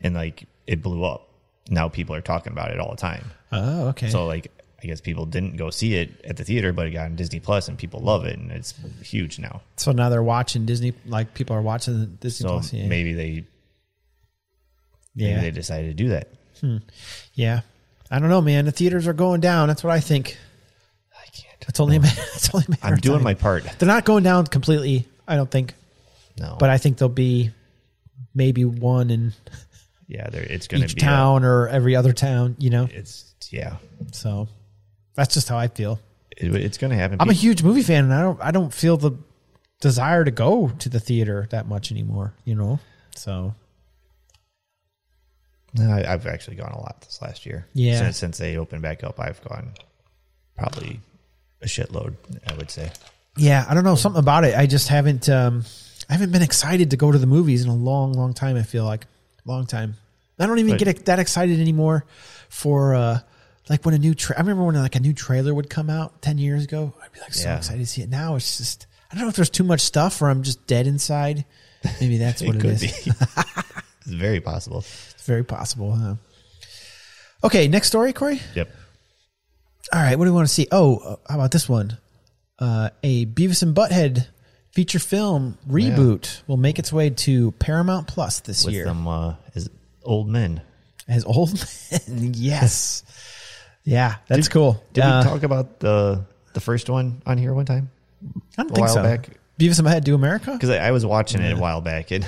and like it blew up. Now people are talking about it all the time. Oh, okay. So like, I guess people didn't go see it at the theater, but it got on Disney Plus, and people love it, and it's huge now. So now they're watching Disney, like people are watching Disney So Plus. Yeah. maybe they yeah. maybe they decided to do that. yeah. I don't know, man. The theaters are going down. That's what I think. I can't. It's only a, ma- it's only a matter <laughs> I'm of doing time. my part. They're not going down completely, I don't think, No, but I think there'll be maybe one in yeah, there, it's going to each be a- town or every other town, you know? it's yeah, So that's just how I feel. it, it's going to happen. I'm a People- huge movie fan and I don't I don't feel the desire to go to the theater that much anymore, you know? So No, I, have actually gone a lot this last year. Yeah. since, since they opened back up, I've gone probably a shitload. I would say. yeah, I don't know, something about it. I just haven't um I haven't been excited to go to the movies in a long, long time, I feel like. Long time. I don't even But- get that excited anymore for uh like when a new tra- I remember when like a new trailer would come out 10 years ago, I'd be like so Yeah. excited to see it. Now it's just I don't know if there's too much stuff or I'm just dead inside. <laughs> Maybe that's what it is. be. it's very possible. It's very possible, huh? Okay, next story, Corey. Yep. All right, what do we want to see? Oh, uh, how about this one? Uh, a Beavis and Butthead feature film reboot will make its way to Paramount Plus this With year. them uh, as old men. <laughs> As old men, <laughs> yes, yeah, that's cool. Did Uh, we talk about the the first one on here one time? I don't a think while so. back? Beavis and Butthead do America. because I, I was watching it a while back and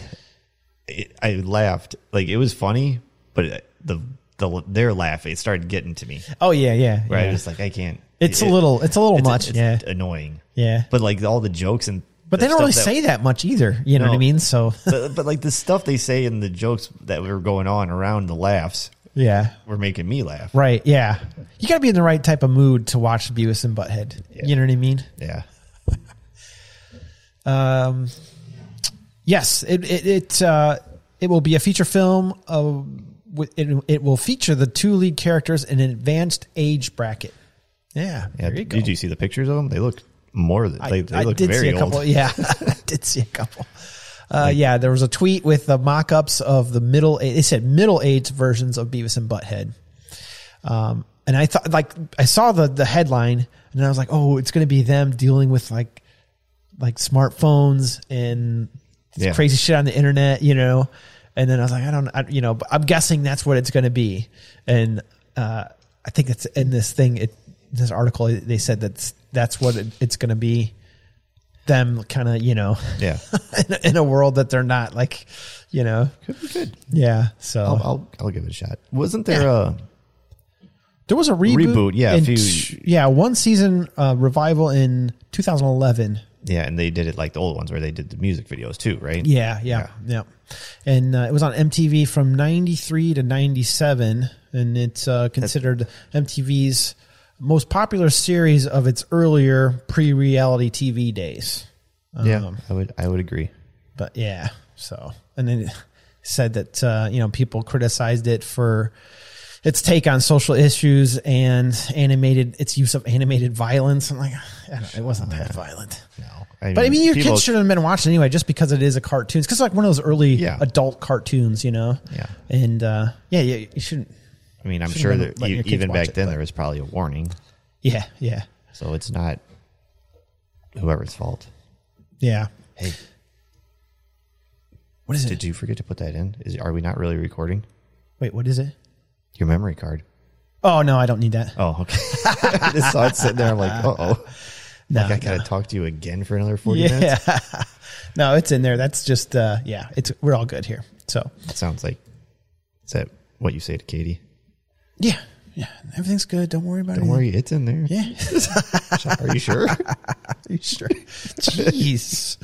it, I laughed like it was funny, but it- the the their laugh it started getting to me. Oh yeah, yeah, Where I yeah. was just like I can't. it's it- a little, it's a little it's- much, it's yeah, annoying. yeah. But, But like all the jokes and they the don't really stuff say that much either. You know No. what I mean? So <laughs> But, but like the stuff they say and the jokes that were going on around the laughs yeah, were making me laugh. Right. Yeah. You got to be in the right type of mood to watch Beavis and Butthead. You know what I mean? Yeah. Um, yes. It it it, uh, it will be a feature film. Of, with- it it will feature the two lead characters in an advanced age bracket. Yeah. Yeah. There you go. Did you see the pictures of them? They look more than they, they I look did very see a couple. old. Yeah, <laughs> I did see a couple. Uh, yeah, there was a tweet with the mock-ups of the middle. They said middle-aged versions of Beavis and Butthead. Um, and I thought, like, I saw the the headline, and I was like, oh, it's going to be them dealing with like like smartphones and Yeah. crazy shit on the internet, you know. And then I was like, I don't, I, you know, but I'm guessing that's what it's going to be. And uh, I think it's in this thing, it this article they said that's that's what it, it's going to be. Them kind of, you know, <laughs> Yeah. in, in a world that they're not like, you know, Could be good. yeah. So I'll, I'll I'll give it a shot. Wasn't there a there was a reboot, Reboot, yeah, a in few- t- yeah, one season uh, revival in 2011. Yeah, and they did it like the old ones where they did the music videos too, right? Yeah, yeah, yeah. And uh, it was on MTV from 93 to 97, and it's uh, considered MTV's most popular series of its earlier pre reality TV days. yeah. Um, I would I would agree. But yeah, so. And then it said that, uh, you know, people criticized it for its take on social issues and animated, its use of animated violence. I'm like, <sighs> I don't, it wasn't that violent. No, But I mean, your people- kids should have been watching anyway, just because it is a cartoon. It's 'cause like one of those early Yeah. adult cartoons, you know. Yeah. And uh, yeah, yeah, you shouldn't. I mean, I'm should've sure been that letting you, your kids even watch back it, then but- there was probably a warning, Yeah, yeah, so it's not whoever's fault. Yeah. Hey, What is it? did you forget to put that in? Is are we not really recording Wait, what is it? your memory card? Oh no, I don't need that. Oh, okay. <laughs> I just saw it sitting there. I'm like, uh oh. No, like I <laughs> gotta talk to you again for another forty minutes. yeah. no, it's in there. That's just uh, yeah. It's we're all good here. So That sounds like is that what you say to Katie? yeah, yeah. Everything's good. Don't worry about it. Don't worry, it's in there. <laughs> Yeah. Are you sure? You sure? Jeez.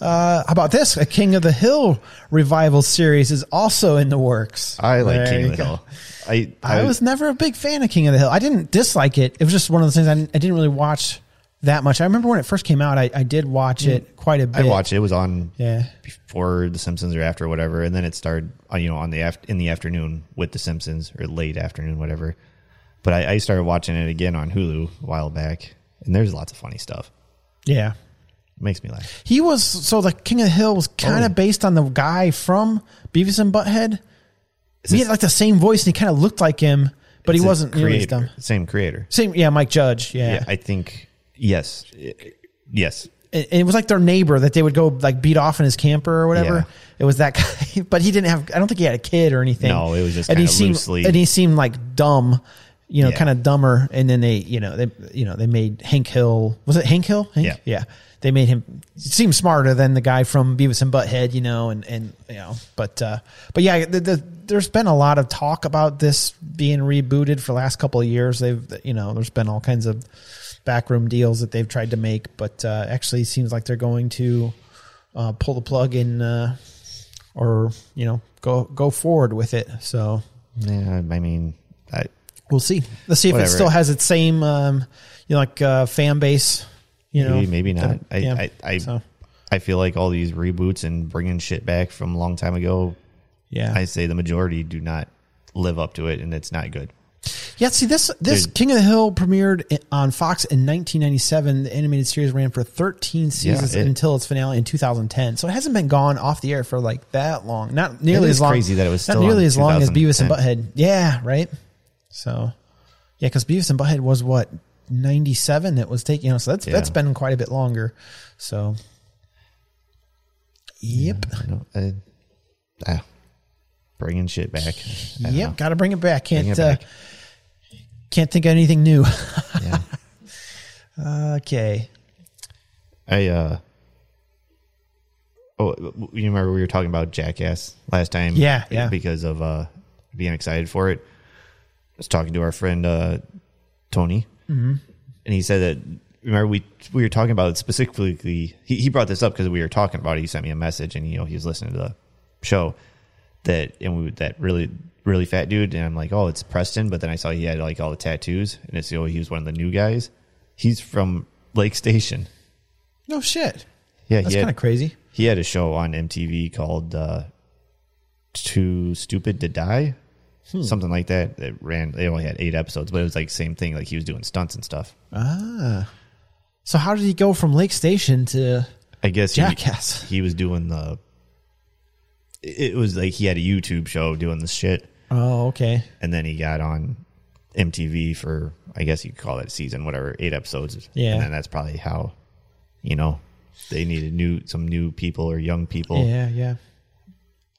Uh, how about this? A King of the Hill revival series is also in the works. I like There King you of the go. Hill. I I was never a big fan of King of the Hill. I didn't dislike it. It was just one of those things I didn't, I didn't really watch that much. I remember when it first came out, I, I did watch it quite a Mm. I bit. watched it. It was on Yeah. before The Simpsons or after whatever, and then it started uh, you know on the aft- in the afternoon with The Simpsons or late afternoon whatever. But I, I started watching it again on Hulu a while back, and there's lots of funny stuff. Yeah. It makes me laugh. He was so the King of the Hill was kind Oh. of based on the guy from Beavis and Butthead. he this- had like the same voice and he kind of looked like him, but It's he a wasn't nearly as creator- dumb. Same creator. Same, yeah, Mike Judge, yeah. Yeah, I think yes, It- yes. and and it was like their neighbor that they would go like beat off in his camper or whatever. Yeah. It was that <laughs> guy, but he didn't have. I don't think he had a kid or anything. No, it was just and he kinda seemed loosely- and he seemed like dumb, you know, Yeah. kind of dumber. And then they, you know, they, you know, they made Hank Hill. Was it Hank Hill? Hank? Yeah. yeah. They made him seem smarter than the guy from Beavis and Butthead, you know, and and you know, but uh, but yeah, the, the, there's been a lot of talk about this being rebooted for the last couple of years. They've you know, there's been all kinds of backroom deals that they've tried to make, but uh, actually, it seems like they're going to uh, pull the plug in uh, or you know go go forward with it. So Yeah, I mean, I, we'll see. Let's see if Whatever. it still has its same um, you know like uh, fan base. You know, maybe, maybe not. I, Yeah. I, I, So, I feel like all these reboots and bringing shit back from a long time ago. yeah. I say the majority do not live up to it, and it's not good. Yeah, see this this Dude. King of the Hill premiered i- on Fox in 1997. The animated series ran for 13 seasons it- until its finale in 2010. So it hasn't been gone off the air for like that long. Not nearly is as long. crazy that it was not still nearly on as long as Beavis and 2010. Butthead. Yeah, right. So yeah, because Beavis and Butthead was what 97. It was taking. You know, so that's Yeah. that's been quite a bit longer. So yep, I don't, I, ah, bringing shit back. I don't yep. Got to bring it back. Can't it uh, back. can't think of <laughs> anything new. <laughs> know. Yeah. okay. I uh. Oh, you remember we were talking about Jackass last time? Yeah, yeah. Because of uh, being excited for it. I was talking to our friend uh, Tony, Mm-hmm. and he said that. Remember we we were talking about it specifically. He, he brought this up because we were talking about it. He sent me a message, and you know he was listening to the show that and we, that really really fat dude. And I'm like, oh, it's Preston. But then I saw he had like all the tattoos, and it's you know he was one of the new guys. He's from Lake Station. No shit. Yeah, That's he had- kind of crazy. he had a show on MTV called uh, "Too Stupid to Die," Hmm. something like that. That ran. They only had eight episodes, but it was like same thing. Like he was doing stunts and stuff. So how did he go from Lake Station to? I guess he- Jackass. He, was doing the. It it was like he had a YouTube show doing this shit, Oh, okay. and then he got on MTV for I guess you could call that a season, whatever, eight episodes. Yeah. and then that's probably how, you know, they needed new some new people or young people. Yeah, yeah.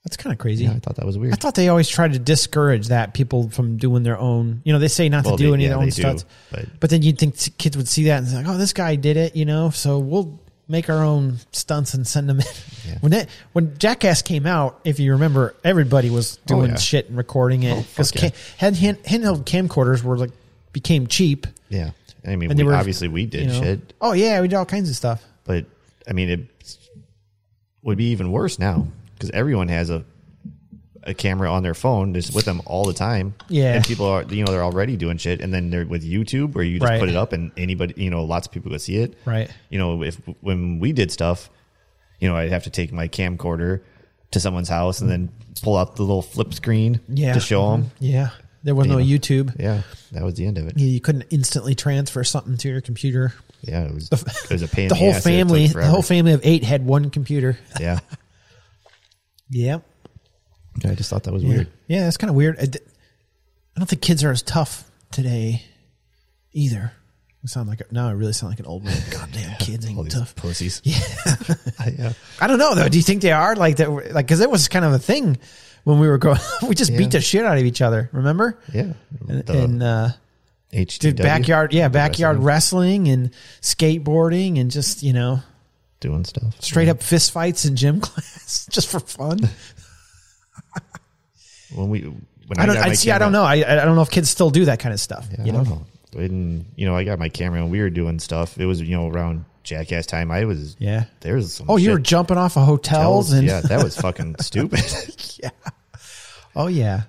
That's kind of crazy. Oh. Yeah, I thought that was weird. I thought they always try to discourage that people from doing their own. You know, they say not Well, to do they- any yeah, of their own they do, stuff, but, but- then you'd think t- kids would see that and say, "Oh, this guy did it," you know. So we'll make our own stunts and send them in. Yeah. When that when Jackass came out, if you remember, everybody was doing Oh, yeah. Oh, shit and recording it because fuck yeah. hand, handheld camcorders were like became cheap. Yeah, I mean, And we, they were- obviously we did you know? shit, Oh yeah, we did all kinds of stuff. but I mean, it would be even worse now because everyone has a a camera on their phone just with them all the time. Yeah. and people are you know they're already doing shit, and then they're with YouTube where you just Right. put it up and anybody you know lots of people could see it. Right. You know, if when we did stuff, you know, I'd have to take my camcorder to someone's house and then pull out the little flip screen Yeah. Mm-hmm. to show them. Yeah, there was no Yeah. YouTube. Yeah, that was the end of it. You- You couldn't instantly transfer something to your computer. Yeah, it was, it was a pain. in The whole ass. It took family, the forever. whole family of eight had one computer. Yeah, Yep. I just thought that was weird. Yeah, that's kind of weird. I d- I don't think kids are as tough today, either. I sound like a- now I really sound like an <laughs> old man. Goddamn kids All ain't these tough. pussies. <laughs> Yeah. I, uh, I don't know though. Do you think they are like that? Like because it was kind of a thing when we were growing. up. <laughs> we just Yeah. beat the shit out of each other. Remember? yeah. And, The and uh, HTW, did backyard, yeah, the backyard wrestling, wrestling and skateboarding and just you know doing stuff. straight up fist fights in gym <laughs> class just for fun. When we, when I don't. got I my see. I don't camera- know. I I don't know if kids still do that kind of stuff. Yeah, you I know. don't know. And you know, I got my camera and we were doing stuff. It was you know around jackass time. I was Yeah. There was some Oh, you shit were jumping off of hotels tells- and <laughs> yeah, that was fucking stupid. that oh yeah,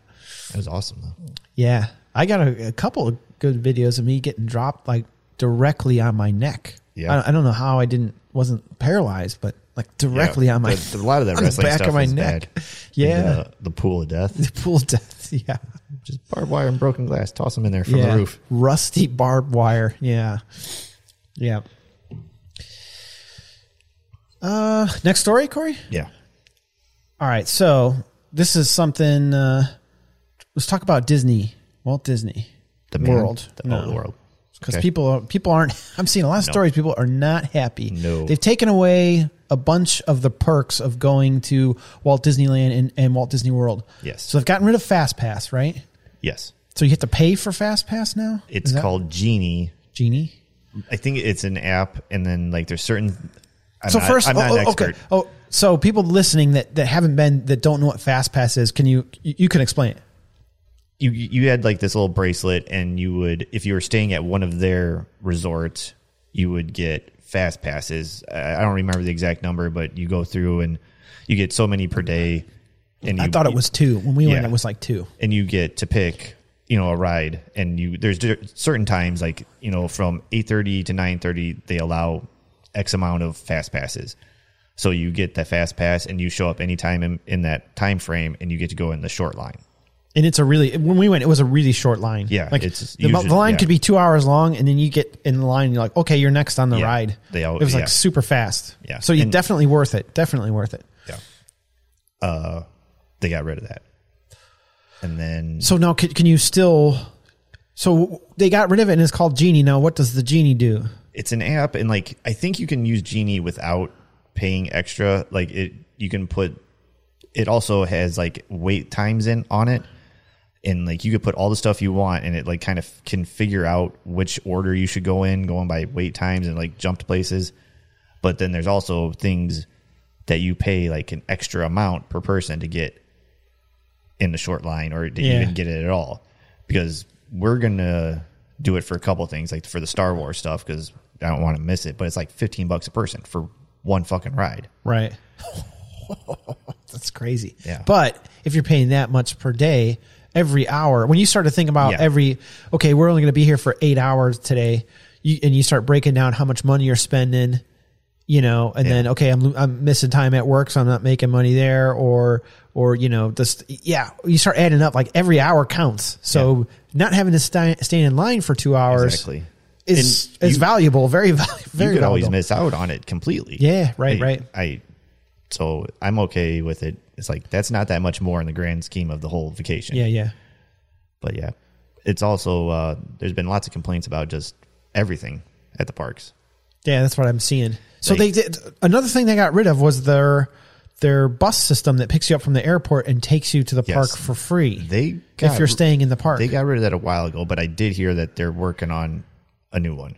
was awesome though. yeah. I got a, a couple of good videos of me getting dropped like directly on my neck. Yeah. I, I don't know how I didn't wasn't paralyzed, but like directly Yeah. on my The- the- a lot of that <laughs> on the wrestling back stuff of my is neck. bad. <laughs> Yeah, And, uh, the pool of death, <laughs> the pool death. Yeah, just barbed wire and broken glass. Toss them in there from yeah. the roof. Rusty barbed wire. Yeah, yeah. Uh, next story, Corey. Yeah, All right, so this is something. Uh, let's talk about Disney, Walt Disney, the man, World, the No. old world. because Okay. people people aren't. <laughs> I'm seeing a lot of No. stories. People are not happy. No. they've taken away a bunch of the perks of going to Walt Disneyland and, and Walt Disney World. Yes. so they've gotten rid of Fast Pass, right? Yes, So you have to pay for Fast Pass now. it's Is that called Genie. Genie. I think it's an app, and then like there's certain. I'm so not- first, I'm not oh, an oh, expert. okay. Oh, so people listening that that haven't been that don't know what Fast Pass is, can you you, you can explain it? you you had like this little bracelet and you would if you were staying at one of their resorts you would get fast passes i I don't remember the exact number but you go through and you get so many per day and I you- thought it was two. When we went, Yeah. it was like two. and you get to pick you know a ride and you there's di- certain times like you know from 8:30 to 9:30 they allow x amount of fast passes so you get that fast pass and you show up anytime in, in that time frame and you get to go in the short line And it's a really when we went, it was a really short line. Yeah, like it's the, mo- usually- the line yeah. could be two hours long, and then you get in the line, and you're like, okay, you're next on the Yeah. ride. They all- it was yeah. like super fast. Yeah. so you And- definitely worth it. Definitely worth it. Yeah. Uh, they got rid of that. And then So now, can, can you still? So they got rid of it, and it's called Genie. Now, what does the Genie do? it's an app, and like I think you can use Genie without paying extra. Like it, you can put. It also has like wait times in on it, and like you could put all the stuff you want, and it like kind of can figure out which order you should go in, going by wait times and like jumped places. But then there's also things that you pay like an extra amount per person to get in the short line or to Yeah. even get it at all because we're gonna do it for a couple things like for the star wars stuff because i don't want to miss it but it's like 15 bucks a person for one fucking ride Right. <laughs> That's crazy. Yeah. But if you're paying that much per day, every hour, when you start to think about Yeah. every, okay, we're only going to be here for eight hours today, you, and you start breaking down how much money you're spending, you know, and then okay, I'm lo- I'm missing time at work, so I'm not making money there, or or you know, this yeah, you start adding up like every hour counts. So not having to stay, stay in line for two hours exactly is And is you- valuable, very <laughs> valuable, you very could always valuable. miss out on it completely Yeah, right, I- right. i so i'm okay with it it's like that's not that much more in the grand scheme of the whole vacation yeah, yeah. but yeah it's also uh, there's been lots of complaints about just everything at the parks Yeah, that's what I'm seeing. So They- they, did another thing they got rid of was their their bus system that picks you up from the airport and takes you to the Yes. park for free. they if you're staying in the park, They got rid of that a while ago, but I did hear that they're working on a new one.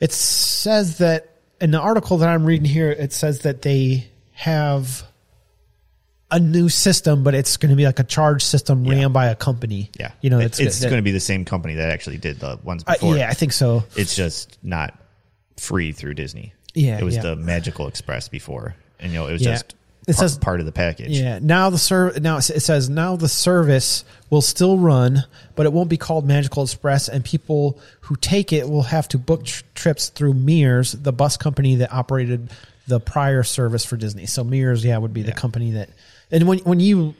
it says that in the article that I'm reading here, it says that they have a new system, but it's going to be like a charge system ran by a company. Yeah, you know, It- it's, it's that- going to be the same company that actually did the ones uh, before. yeah, I think so. it's just not free through Disney. Yeah, it was yeah. the Magical Express before, and you know it was Yeah. just It par- says- part of the package. Yeah. Now the serv- now it s- it says now the service will still run, but it won't be called Magical Express, and people who take it will have to book tr- trips through Mears, the bus company that operated the prior service for Disney. So Mears, yeah, would be the company that. And when when you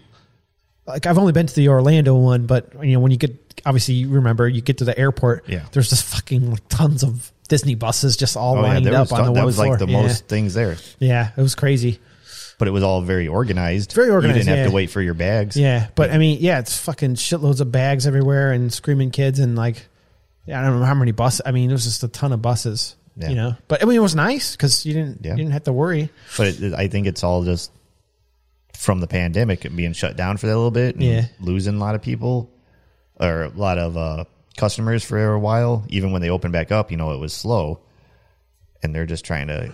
like, I've only been to the Orlando one, but you know when you get obviously you remember you get to the airport. Yeah. There's just fucking like, tons of Disney buses just all Oh yeah, lined there up was, on the that one was floor. like the yeah. most things there, Yeah, it was crazy. but it was all very organized. Very You organized, didn't have yeah. to wait for your bags. Yeah, but I mean, yeah, it's fucking shitloads of bags everywhere and screaming kids and like Yeah, I don't remember how many buses. I mean, it was just a ton of buses. Yeah. You know, but I mean, it was nice because you didn't Yeah. you didn't have to worry. But it, I think it's all just from the pandemic and being shut down for a little bit and Yeah. losing a lot of people or a lot of uh, customers for a while. Even when they opened back up, you know, it was slow. And they're just trying to.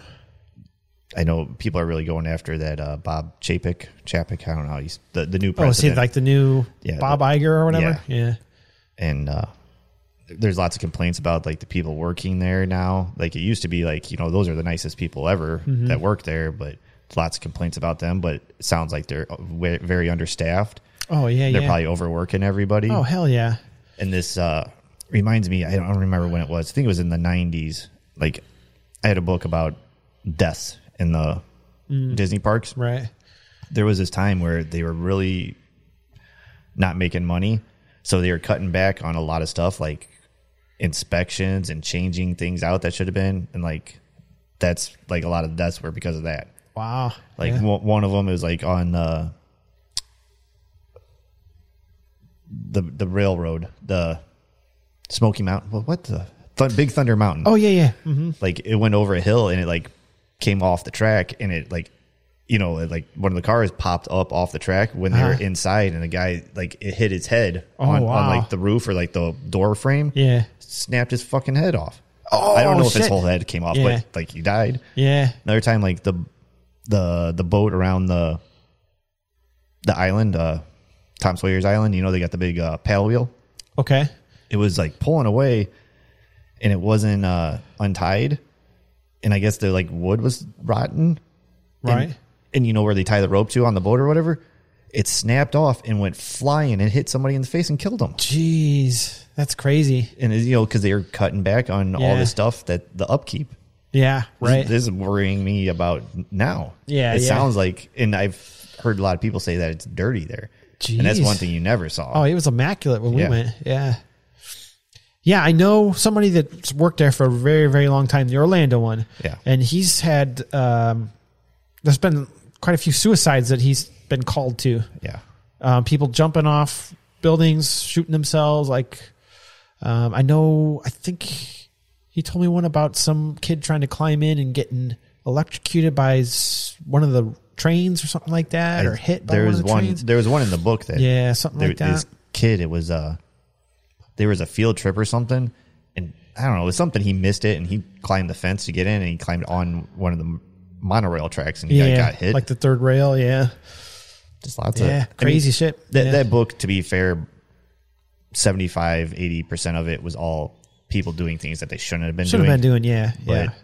I know people are really going after that uh, Bob Chapek. Chapek, I don't know. how He's the, the new Oh, see, president. like the new Yeah, Bob the- Iger or whatever. yeah. yeah. and uh, there's lots of complaints about like the people working there now. Like it used to be like you know those are the nicest people ever Mm-hmm. that work there, but lots of complaints about them. But it sounds like they're uh, ve- very understaffed. Oh yeah, They're yeah. probably overworking everybody. oh hell yeah. And this uh, reminds me, I don't remember when it was. I think it was in the 90s. Like I had a book about deaths in the Mm. Disney parks Right. there was this time where they were really not making money so they were cutting back on a lot of stuff like inspections and changing things out that should have been and like that's like a lot of deaths were because of that Wow. like Yeah. one one of them is like on uh, the the railroad the smoky mountain what, what the Thun big thunder mountain Oh yeah, yeah. hmm like it went over a hill and it like came off the track and it like you know it, like one of the cars popped up off the track when they were Uh-huh. inside and the guy like it hit his head Oh, on, on wow. like the roof or like the door frame Yeah. snapped his fucking head off Oh, i don't know if his shit. whole head came off Yeah. but like he died Yeah. another time like the the the boat around the the island uh tom sawyer's island you know they got the big uh paddle wheel Okay. it was like pulling away and it wasn't uh untied and i guess the like wood was rotten And- Right. and, you know where they tie the rope to on the boat or whatever it snapped off and went flying and hit somebody in the face and killed them Jeez, that's crazy. and you know because they were cutting back on all Yeah. this stuff that the upkeep Yeah. Right. this, this is worrying me about now Yeah, it yeah. sounds like and i've heard a lot of people say that it's dirty there and that's Jeez. one thing you never saw Oh, it was immaculate when we Yeah. went. Yeah. Yeah, I know somebody that's worked there for a very, very long time, the Orlando one. Yeah. And he's had, um, there's been quite a few suicides that he's been called to. yeah Um, people jumping off buildings, shooting themselves. Like, um, I know, I think he told me one about some kid trying to climb in and getting electrocuted by s- one of the trains or something like that, or I- hit by there one was of the one trains. there was one in the book that Yeah, something there, like that. this kid it was uh there was a field trip or something and i don't know it was something he missed it and he climbed the fence to get in and he climbed on one of the monorail tracks and he got, got hit Like the third rail, yeah. just lots of yeah, I crazy mean, shit. that, yeah. that book to be fair 75 80% of it was all people doing things that they shouldn't have been should have doing been doing, yeah, yeah, but-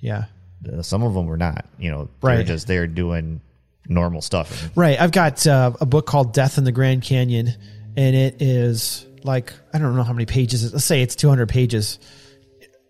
yeah. Uh, some of them were not you know they're Right. just they're doing normal stuff and Right. I've got uh, a book called Death in the Grand Canyon, and it is like I don't know how many pages. it- Let's say it's 200 pages.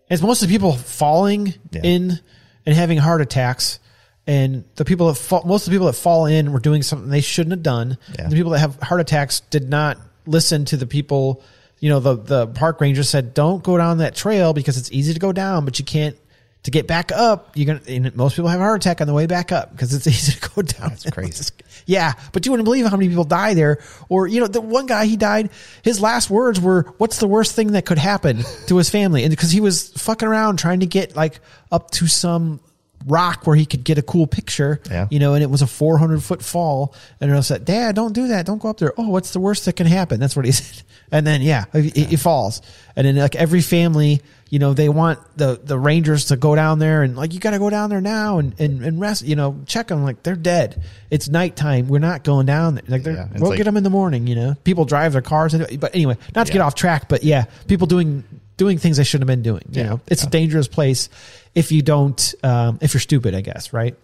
It's mostly people falling Yeah. in and having heart attacks. And the people that fall, most of the people that fall in were doing something they shouldn't have done. Yeah. And the people that have heart attacks did not listen to the people. You know, the the park ranger said, "Don't go down that trail because it's easy to go down, but you can't to get back up. You're gonna." And most people have a heart attack on the way back up because it's <laughs> easy to go down. That's crazy. Yeah, but you wouldn't believe how many people die there. Or you know, the one guy he died. His last words were, "What's the worst thing that could happen to his family?" And because he was fucking around trying to get like up to some rock where he could get a cool picture, Yeah. you know, and it was a 400 foot fall. And I said, "Dad, don't do that. Don't go up there. Oh, what's the worst that can happen?" That's what he <laughs> said. And then yeah, he, he falls. And then like every family. You know they want the the rangers to go down there and like you got to go down there now and, and and rest. You know check them like they're dead. It's nighttime. We're not going down there. Like they're, Yeah, it's we'll like- get them in the morning. You know people drive their cars. And, but anyway, not to get Yeah. off track. But yeah, people doing doing things they shouldn't have been doing. You Yeah, know it's a dangerous place if you don't um, if you're stupid. I guess right.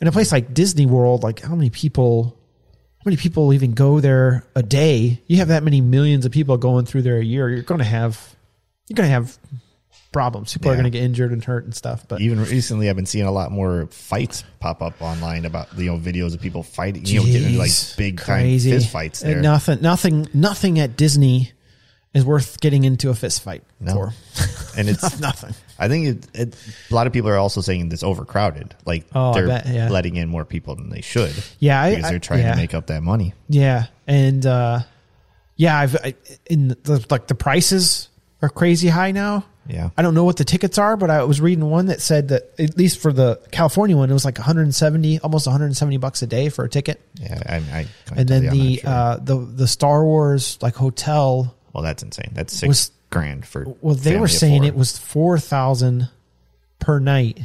And a place like Disney World, like how many people, how many people even go there a day? You have that many millions of people going through there a year. You're going to have, you're going to have problems. People are Yeah. going to get injured and hurt and stuff. But even recently I've been seeing a lot more fights pop up online about you know videos of people fighting, you know, getting into like Jeez, big crazy fist fights And there. Nothing, nothing, nothing at Disney is worth getting into a fist fight No. for. <laughs> And <laughs> it's nothing. I think it, it, a lot of people are also saying it's overcrowded. Like Oh, I they're bet, yeah. letting in more people than they should. Yeah, I- because I- they're trying yeah. to make up that money. Yeah, and uh, yeah, I've I, in the like the prices are crazy high now. Yeah. I don't know what the tickets are, but I was reading one that said that at least for the California one, it was like 170, almost 170 bucks a day for a ticket. Yeah, I, I can't And tell then you, I'm the not sure. uh, the the Star Wars like hotel well, that's insane. That's six was- grand for. Well, they family were of saying four. it was four thousand per night.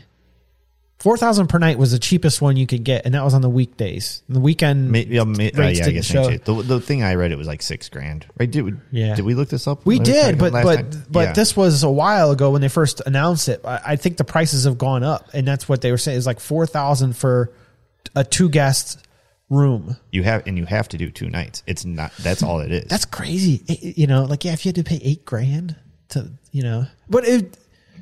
Four thousand per night was the cheapest one you could get, and that was on the weekdays. The weekend, Maybe, yeah, may- uh, rates yeah, I didn't guess show. I should. The, the thing I read it was like six grand. Right? Did we, Yeah. Did we look this up? we when talked did, but last but time? but Yeah. this was a while ago when they first announced it. I, I think the prices have gone up, and that's what they were saying is like four thousand for a two guest room. you have and you have to do two nights. It's not. That's all it is. That's crazy, It- it- you know. Like yeah, if you had to pay eight grand to you know, but it,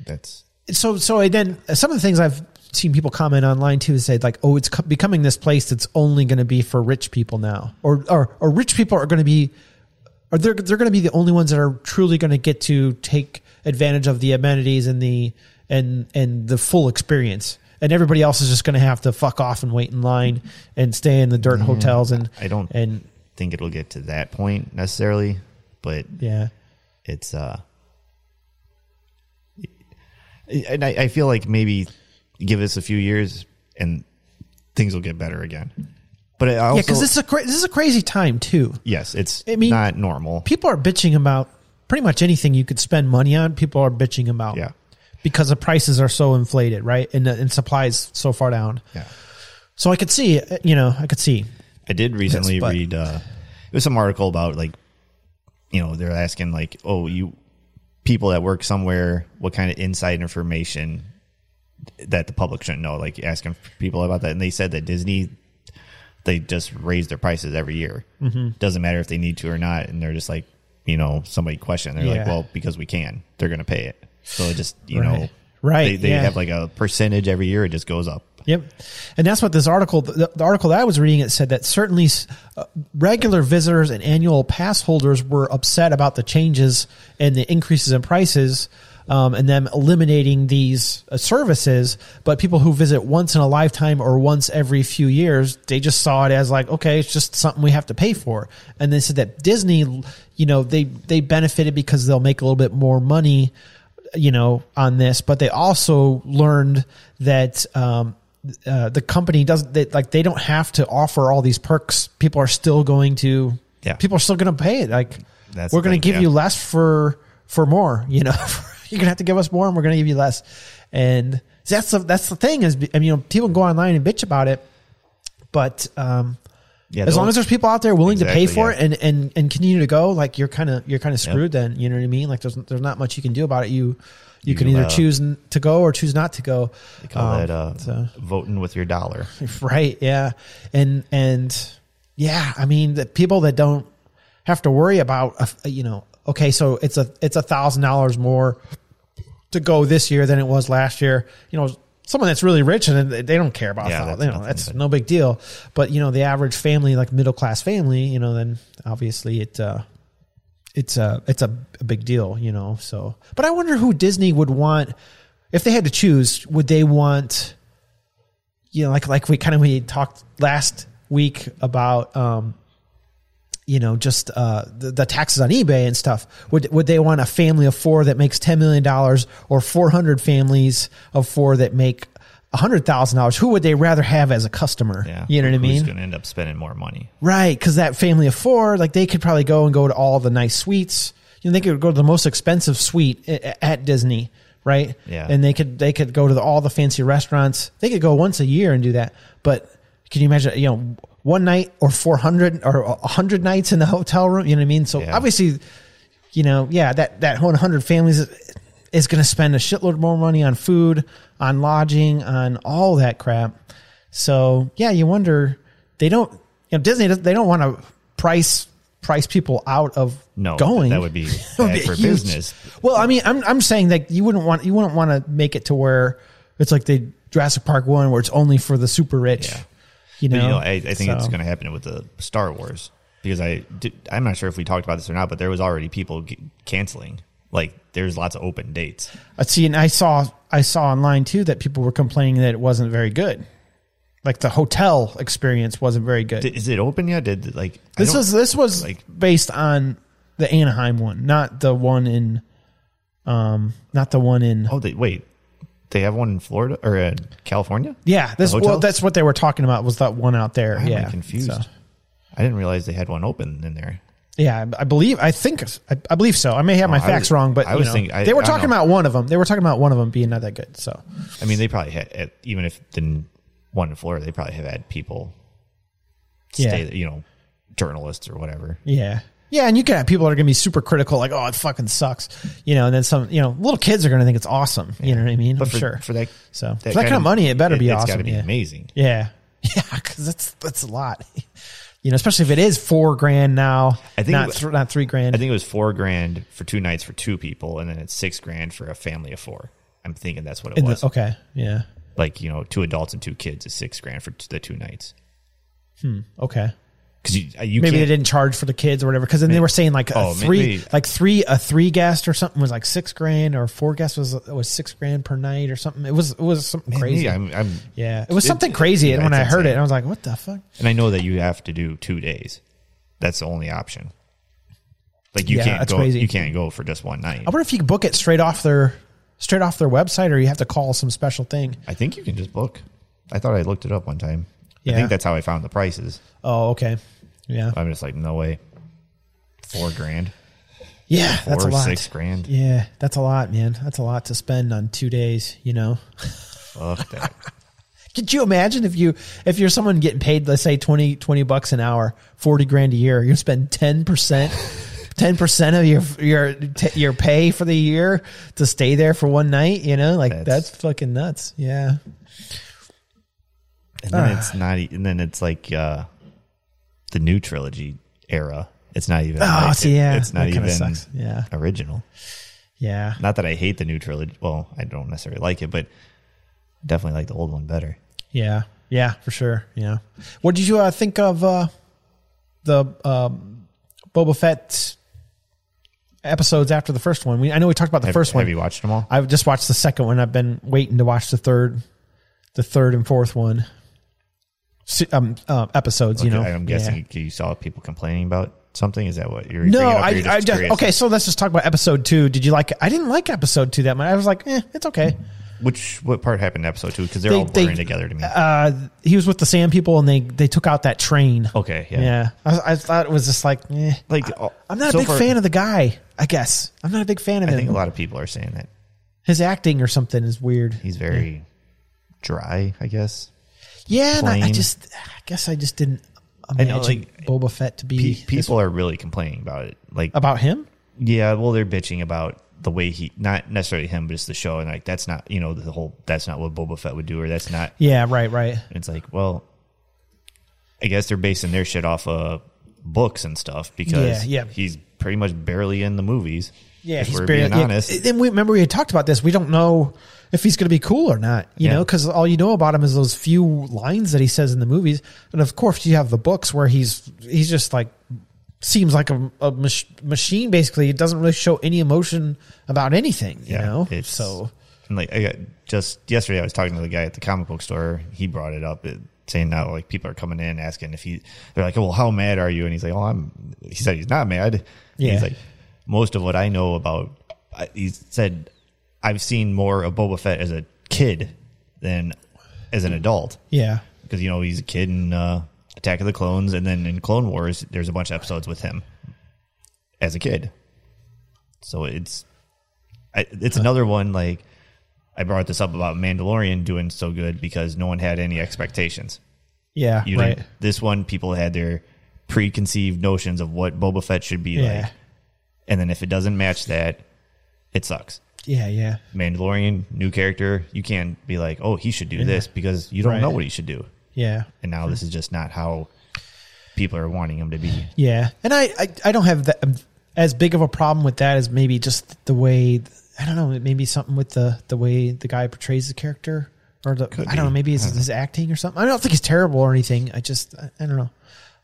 that's so so and then uh, some of the things I've seen people comment online too is say like oh it's co- becoming this place that's only going to be for rich people now or or or rich people are going to be or they're they're going to be the only ones that are truly going to get to take advantage of the amenities and the and and the full experience and everybody else is just going to have to fuck off and wait in line and stay in the dirt hotels and Mm, I don't and think it'll get to that point necessarily, but yeah it's uh and I, I feel like maybe give us a few years and things will get better again. But I also yeah because this is a cra- this is a crazy time too yes, it's I mean- not normal. people are bitching about pretty much anything you could spend money on. People are bitching about, Yeah. because the prices are so inflated, right? And the, and supply is so far down. Yeah. So I could see, uh, you know, I could see. I did recently but- read uh it was some article about like you know, they're asking like, oh, you people that work somewhere, what kind of inside information that the public shouldn't know, like asking people about that. And they said that Disney they just raise their prices every year. Mm-hmm. Doesn't matter if they need to or not, and they're just like, you know, somebody question. They're Yeah. like, well, because we can, they're going to pay it. So it just you know, Right. Right, They, they yeah. have like a percentage every year; it just goes up. Yep, and that's what this article, the, the article that I was reading, it said that certainly s- uh, regular visitors and annual pass holders were upset about the changes and the increases in prices. Um, and them eliminating these uh, services, but people who visit once in a lifetime or once every few years, they just saw it as like, okay, it's just something we have to pay for. And they said that Disney, you know, they they benefited because they'll make a little bit more money you know on this but they also learned that um uh, the company doesn't that like they don't have to offer all these perks people are still going to Yeah. people are still going to pay it like That's we're the going to thing, give yeah. you less for for more you know <laughs> you're going to have to give us more and we're going to give you less and that's the that's the thing is I mean you know people can go online and bitch about it but um Yeah, as the long only- as there's people out there willing Exactly, to pay for yeah. it and, and and continue to go, like you're kind of you're kind of screwed. Then you know what I mean. Like there's there's not much you can do about it. You you, can You, either uh, choose n- to go or choose not to go. They call Um, that uh, so- voting with your dollar. <laughs> right? Yeah, and and yeah, I mean the people that don't have to worry about a f- you know okay, so it's a it's a thousand dollars more to go this year than it was last year. You know, someone that's really rich and they they don't care about Yeah, that. that's you know, nothing, that's but- no big deal. But you know, the average family, like middle class family, you know, then obviously it uh, it's a it's a, a big deal. You know, so but I wonder who Disney would want if they had to choose. Would they want you know like like we kind of we talked last week about um you know, just uh, the, the taxes on eBay and stuff. Would would they want a family of four that makes ten million dollars, or four hundred families of four that make hundred thousand dollars? Who would they rather have as a customer? Yeah, You know what I Who's mean? going to end up spending more money? Right, because that family of four, like they could probably go and go to all the nice suites. You know, they could go to the most expensive suite i- i- at Disney, right? Yeah. And they could they could go to the, all the fancy restaurants. They could go once a year and do that. But can you imagine? You know, one night or four hundred or hundred nights in the hotel room. You know what I mean? So Yeah. obviously, you know, yeah, that that one hundred families is- is going to spend a shitload more money on food, on lodging, on all that crap. So yeah, you wonder they don't. You know, Disney doesn't- they don't want to price price people out of No, going. that would <laughs> be That would bad be for huge- business. Well, I mean, I'm I'm saying that you wouldn't want you wouldn't want to make it to where it's like the Jurassic Park one where it's only for the super rich. Yeah. You know, But, you know, I, I think it's So, going to happen with the Star Wars because I did, I'm not sure if we talked about this or not, but there was already people g- canceling. Like there's lots of open dates. I Uh, see, and I saw I saw online too that people were complaining that it wasn't very good. Like the hotel experience wasn't very good. Did, is it open yet? Did like I this don't- was this was like- based on the Anaheim one, not the one in Um, not the one in. Oh, they, wait. They have one in Florida or in California? yeah, that's hotel? well, that's what they were talking about was that one out there. I'm yeah, confused. so- I didn't realize they had one open in there. Yeah, I- I believe. I think. I, I believe so. I may have my Oh, I facts was- wrong, but I you was know, thinking- I- they were I don't talking know. about one of them. They were talking about one of them being not that good. So I mean, they probably had, at, even if the n- one in Florida, they probably have had people Yeah. stay, you know, journalists or whatever. yeah, yeah, and you can have people that are going to be super critical, like, oh, it fucking sucks, you know, and then some, you know, little kids are going to think it's awesome. You know what I mean? But I'm for, sure. for that, so for that kind of money, it better be it's awesome. gotta be yeah. amazing. Yeah, <laughs> yeah, because that's that's a lot. <laughs> you know, especially if it is four grand now. I think- not th- not three grand. I think it was four grand for two nights for two people, and then it's six grand for a family of four. I'm thinking that's what it In the- was. okay, yeah, Like you know, two adults and two kids is six grand for t- the two nights. okay. Because you, uh, you maybe can't, they didn't charge for the kids or whatever because then they were saying like Oh, a may- three maybe. like three a three guest or something was like six grand or four guest was was six grand per night or something it was it was something Man, crazy yeah, I'm, I'm, yeah it was something crazy yeah, and when it's i heard it insane. i was like what the fuck and I know that you have to do two days. That's the only option. Like you Yeah, can't that's go. crazy. You can't go for just one night. i wonder if you can book it straight off their straight off their website or you have to call some special thing I think you can just book. I thought I looked it up one time. I Yeah. think that's how I found the prices. oh okay yeah I'm just like, no way. Four grand, yeah that's a or lot six grand. yeah that's a lot man that's a lot to spend on two days you know Fuck <laughs> that. Could you imagine if you if you're someone getting paid, let's say 20, 20 bucks an hour, forty grand a year, you're spend ten percent, <laughs> ten percent of your your t- your pay for the year to stay there for one night. You know, like That's- that's, fucking nuts. Yeah, And Ah. then it's not. e- And then it's like uh, the new trilogy era. It's not even. like, Oh, see, it- yeah, it's not that kinda even sucks. Yeah. original. yeah. Not that I hate the new trilogy. Well, I don't necessarily like it, but definitely like the old one better. Yeah, yeah, for sure. Yeah. What did you uh, think of uh, the um, Boba Fett episodes after the first one? We, I know we talked about the Have- first one. Have you watched them all? I've just watched the second one. I've been waiting to watch the third, the third and fourth one. Se- Um, uh, episodes, you know. I'm Yeah. guessing you saw people complaining about something. Is that what you're? No, bringing up, or I, you're I just, curious? okay. So let's just talk about episode two. Did you like? it? I didn't like episode two that much. I was like, eh, it's okay. Which what part happened in episode two? Because they're They- all blurring they- together to me. Uh, he was with the Sand people, and they they took out that train. okay, yeah. yeah. I, was- I thought it was just like, eh. Like uh, I, am not a big fan of the guy. I guess I'm not a big fan of I him. think a lot of people are saying that His acting or something is weird. he's very dry. I guess Yeah, and I, I plain. just, I guess I just didn't know, imagine like, Boba Fett to Pe- be this- people are really complaining about it. Like, about him. yeah, well, they're bitching about the way he, not necessarily him, but it's the show, and like that's not, you know, the whole that's not what Boba Fett would do, or that's not. Yeah, right, right. And it's like, well, I guess they're basing their shit off of books and stuff because Yeah, yeah. he's pretty much barely in the movies. Yeah, if he's we're barely- being yeah, eh, honest. Then we remember we had talked about this. We don't know if he's going to be cool or not. You Yeah. know, because all you know about him is those few lines that he says in the movies, and of course you have the books where he's he's just like seems like a, a mach- machine. Basically, it doesn't really show any emotion about anything. You know, it's- so and like I got, just yesterday, I was talking to the guy at the comic book store. He brought it up, it, saying now like people are coming in asking if he. They're like, "Well, how mad are you?" And he's like, "Oh, I'm." He said he's not mad. Yeah. He's like, most of what I know about. I, he said, I've seen more of Boba Fett as a kid than as an adult yeah, because you know he's a kid in uh, Attack of the Clones, and then in Clone Wars, there's a bunch of episodes with him as a kid. So it's I, it's another one like I brought this up about Mandalorian doing so good because no one had any expectations. yeah, You right. didn't This one, people had their preconceived notions of what Boba Fett should be Yeah. like, and then if it doesn't match that, it sucks. Yeah, yeah, Mandalorian, new character, you can't be like, oh, he should do this because you don't Right. know what he should do yeah. and now this is just not how people are wanting him to be. Yeah, and I, I, I don't have that, as big of a problem with that as maybe just the way I don't know maybe something with the the way the guy portrays the character or the I don't know be. maybe it's his acting or something. I don't think he's terrible or anything. I just I, I don't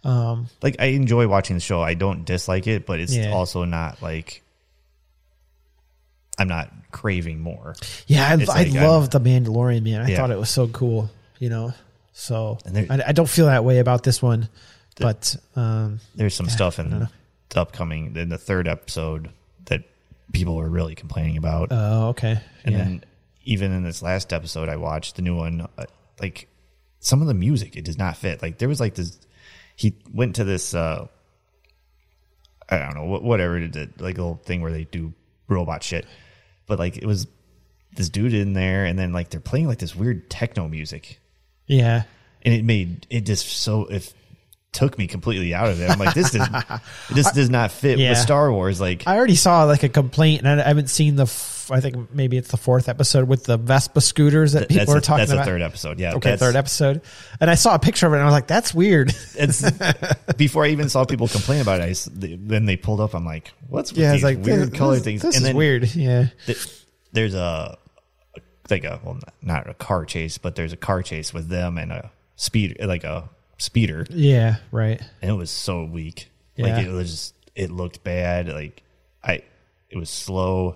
know. Like I enjoy watching the show. I don't dislike it, but it's Yeah. also not like I'm not craving more. Yeah, I, It's I like, love the Mandalorian man. I Yeah. thought it was so cool. You know, so And there- I, I don't feel that way about this one, but um, There's some stuff in the upcoming in the third episode that people were really complaining about. Oh, okay. and yeah. then even in this last episode I watched, the new one, uh, like some of the music, it does not fit. Like there was like this, he went to this, uh, I don't know, wh- whatever it is, like little thing where they do robot shit, but like it was this dude in there, and then like they're playing like this weird techno music, yeah. and it made it just so if took me completely out of it. I'm like, this is <laughs> this does not fit Yeah. with Star Wars. Like, I already saw like a complaint, and I I haven't seen the. F- I think maybe it's the fourth episode with the Vespa scooters that people that's are a, talking that's about. a third episode. Yeah, Okay, that's- third episode, and I saw a picture of it, and I was like, "That's weird." <laughs> it's before I even saw people complain about it. I s then they pulled up. I'm like, what's with Yeah, these it's like weird this, color this- things? This and is then weird. Yeah, th- there's a like a well, not a car chase, but there's a car chase with them and a speed like a speeder, yeah, right. and it was so weak. Yeah. Like it was just it looked bad. Like I, it was slow.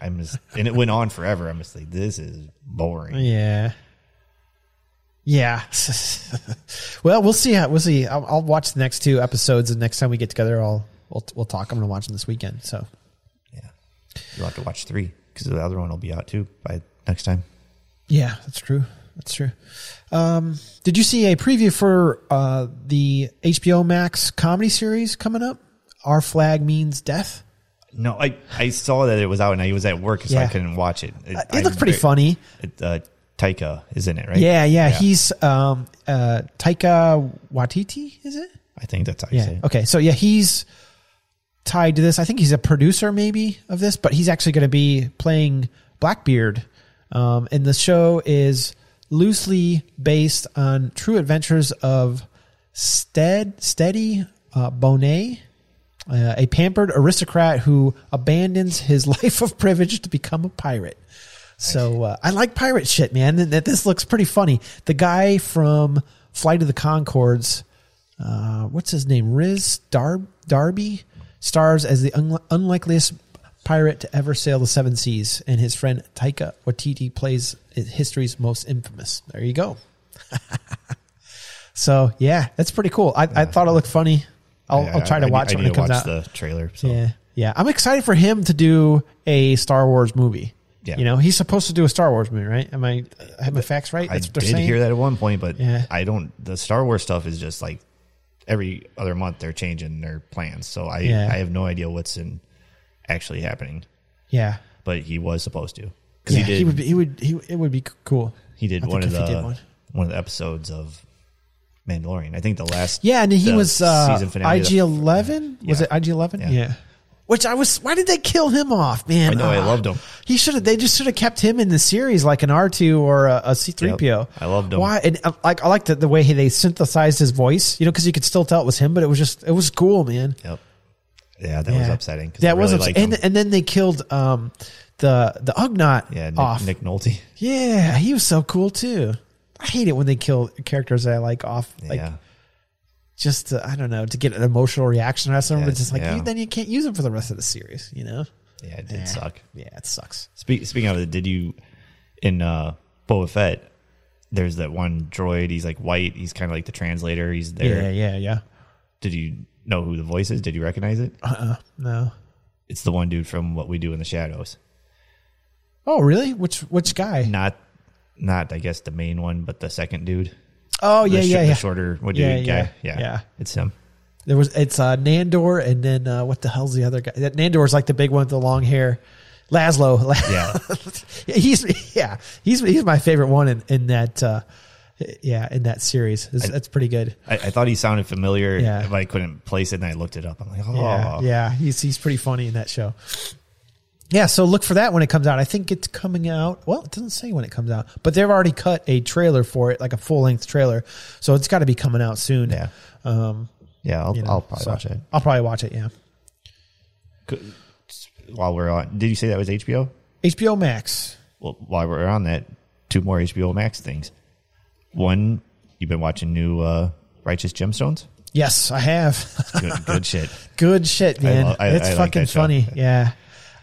I'm just and it went on forever. I'm just like, this is boring. Yeah. Yeah. <laughs> well, we'll see. How, we'll see. I'll, I'll watch the next two episodes, and next time we get together, I'll we'll, we'll talk. I'm going to watch them this weekend. So yeah. You'll have to watch three because the other one will be out too by next time. yeah, that's true. That's true. Um, did you see a preview for uh, the HBO Max comedy series coming up? Our flag means death. No, I, I saw that it was out and I was at work, so I Yeah. Uh, couldn't watch it. It, It looks I- pretty funny. It, uh, Taika is in it, right? Yeah, yeah. He's um, uh, Taika Waititi, is it? I think that's how you Yeah. say it. Okay. So yeah, he's tied to this. I think he's a producer maybe of this, but he's actually going to be playing Blackbeard. Um, and the show is loosely based on true adventures of Stead Steady uh, Bonet. Uh, a pampered aristocrat who abandons his <laughs> life of privilege to become a pirate. So uh, I like pirate shit, man. And that this looks pretty funny. The guy from Flight of the Concords, uh, what's his name? Riz Dar- Darby stars as the unli unlikeliest pirate to ever sail the seven seas, and his friend Taika Waititi plays history's most infamous. There you go. <laughs> so yeah, that's pretty cool. I, I thought it looked funny. I'll, Yeah, I'll try to I- I watch need- I it when need it to comes watch out. the trailer. So. Yeah, yeah. I'm excited for him to do a Star Wars movie. Yeah. You know, he's supposed to do a Star Wars movie, right? Am I I have my facts right? I That's what did they're saying. hear that at one point, but Yeah. I don't. The Star Wars stuff is just like every other month they're changing their plans, so I Yeah. I have no idea what's in actually happening. Yeah. But he was supposed to because Yeah, he he, did. would be, he would he it would be c- cool. he did I one of think the if he did one. one. of the episodes of Mandalorian. I think the last Yeah, and he the was uh, season finale, the IG eleven. Was Yeah. it IG eleven? Yeah. Which I was. Why did they kill him off, man? I know, I loved him. He should have. They just should have kept him in the series, like an R two or a C three PO. Yep, I loved him. Why? And uh, like I liked the, the way he, they synthesized his voice. You know, because you could still tell it was him, but it was just it was cool, man. Yep. Yeah, that was upsetting. 'cause I That was really upsetting. liked And, him. and then they killed um, the the Ugnaught yeah, Nick, off. Nick Nolte. Yeah, he was so cool too. I hate it when they kill characters that I like off, like yeah, just to, I don't know to get an emotional reaction out of someone. Yeah, but it's just like yeah. you, then you can't use them for the rest of the series. You know? yeah, it did Eh, suck. Yeah, it sucks. Spe- speaking of it, did you in uh, Boba Fett? There's that one droid. He's like white. He's kind of like the translator. He's there. Yeah, yeah, yeah. Did you know who the voice is? Did you recognize it? Uh, No. It's the one dude from What We Do in the Shadows. Oh, really? Which which guy? Not, not I guess the main one, but the second dude. Oh, yeah, the, sh- yeah, the yeah. shorter what Yeah, dude yeah, guy. Yeah, yeah. it's <laughs> him. There was it's uh, Nandor, and then uh, what the hell's the other guy? That Nandor's like the big one with the long hair, Laszlo. <laughs> Yeah. he's yeah, he's he's my favorite one in in that uh, yeah in that series. It's, that's pretty good. I, I thought he sounded familiar, Yeah. but I couldn't place it, and I looked it up. I'm like, oh, Yeah, yeah, he's he's pretty funny in that show. Yeah, so look for that when it comes out. I think it's coming out. Well, it doesn't say when it comes out, but they've already cut a trailer for it, like a full length trailer. So it's got to be coming out soon. Yeah. um, Yeah, I'll, you know, I'll probably so watch it. I'll probably watch it. Yeah, Could- While we're on, did you say that was HBO? HBO Max. Well, while we're on that, two more HBO Max things. One, you've been watching new uh, Righteous Gemstones. Yes, I have. <laughs> Good, good shit. Good shit, man. love- I- it's I like fucking that show. <laughs> funny. Yeah.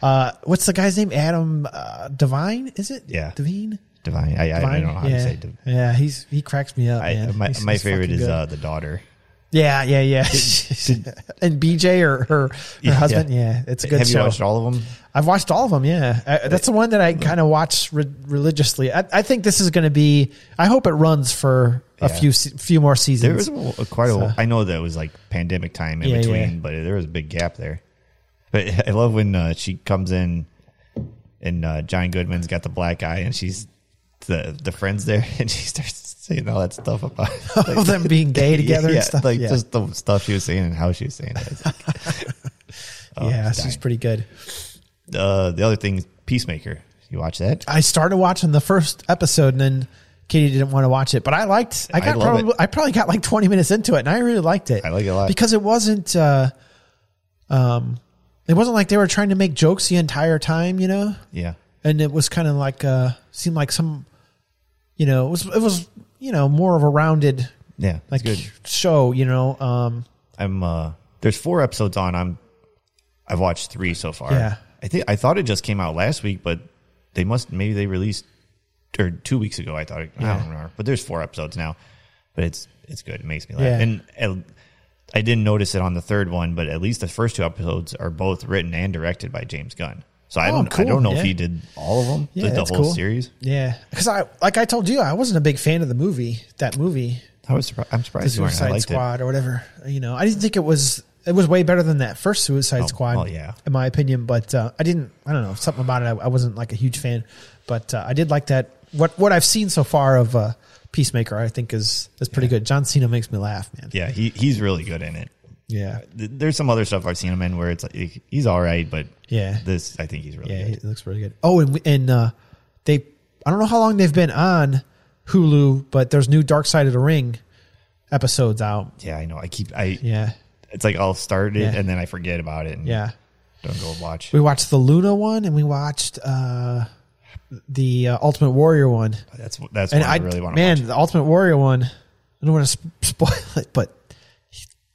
Uh, what's the guy's name? Adam uh, Devine? Is it? Yeah. Devine. Divine. I, I, I Devine? don't know how yeah. to say. Div- Yeah, he's he cracks me up. I, man. my He's- my he's favorite fucking is good. uh, the daughter. Yeah, yeah, yeah. <laughs> and BJ or her, her Yeah. husband. Yeah, it's a good Have show. you watched all of them? I've watched all of them. Yeah, I, that's the one that I kind of watch re- religiously. I, I think this is going to be. I hope it runs for a Yeah. few se- few more seasons. There was a, quite a. I know that was like pandemic time in Yeah, between, yeah. but there was a big gap there. But <laughs> I love when uh, she comes in, and uh, John Goodman's got the black eye, and she's the the friends there, <laughs> and she starts saying all that stuff <laughs> about Of them being gay together <laughs> yeah, and stuff. like yeah, just the stuff she was saying and how she was saying it. <laughs> It's like, oh, yeah, it's she's dying. pretty good. uh, the other thing, Peacemaker. You watch that? I started watching the first episode and then Katie didn't want to watch it, but I liked. I I got love probably. it. I probably got like twenty minutes into it, and I really liked it. I like it a lot. because it wasn't. Uh, um, it wasn't like they were trying to make jokes the entire time, you know. Yeah, and it was kind of like uh seemed like some you know it was it was you know more of a rounded yeah, it's like good. show you know um I'm uh there's four episodes on. I'm I've watched three so far. Yeah. I think I thought it just came out last week, but they must maybe they released or two weeks ago I thought it, I Yeah. don't remember. But there's four episodes now. But it's it's good. It makes me laugh. Yeah. And and I didn't notice it on the third one, but at least the first two episodes are both written and directed by James Gunn. So I Oh, don't I cool. don't know Yeah. if he did all of them, yeah like the that's whole cool. series. yeah because i like i told you i wasn't a big fan of the movie that movie I was surprised. I'm surprised you weren't. I suicide liked it. squad or whatever you know i didn't think it was it was way better than that first suicide squad oh, yeah. in my opinion but uh i didn't i don't know something about it i, I wasn't like a huge fan but uh, i did like that what what i've seen so far of uh peacemaker i think is is pretty good john cena makes me laugh man Yeah, he he's really good in it. yeah Th- there's some other stuff I've seen him in where it's like he's all right, but Yeah. this I think he's really Yeah, good. it looks really good. Oh, and we- and uh, they I don't know how long they've been on Hulu, but there's new Dark Side of the Ring episodes out. yeah, I know. I keep I Yeah, it's like I'll start it Yeah. and then I forget about it and yeah. don't go watch. We watched the Luna one, and we watched uh, the uh, Ultimate Warrior one. That's that's And what I, I, really want to man, watch. the Ultimate Warrior one. I don't want to sp- <laughs> spoil it, but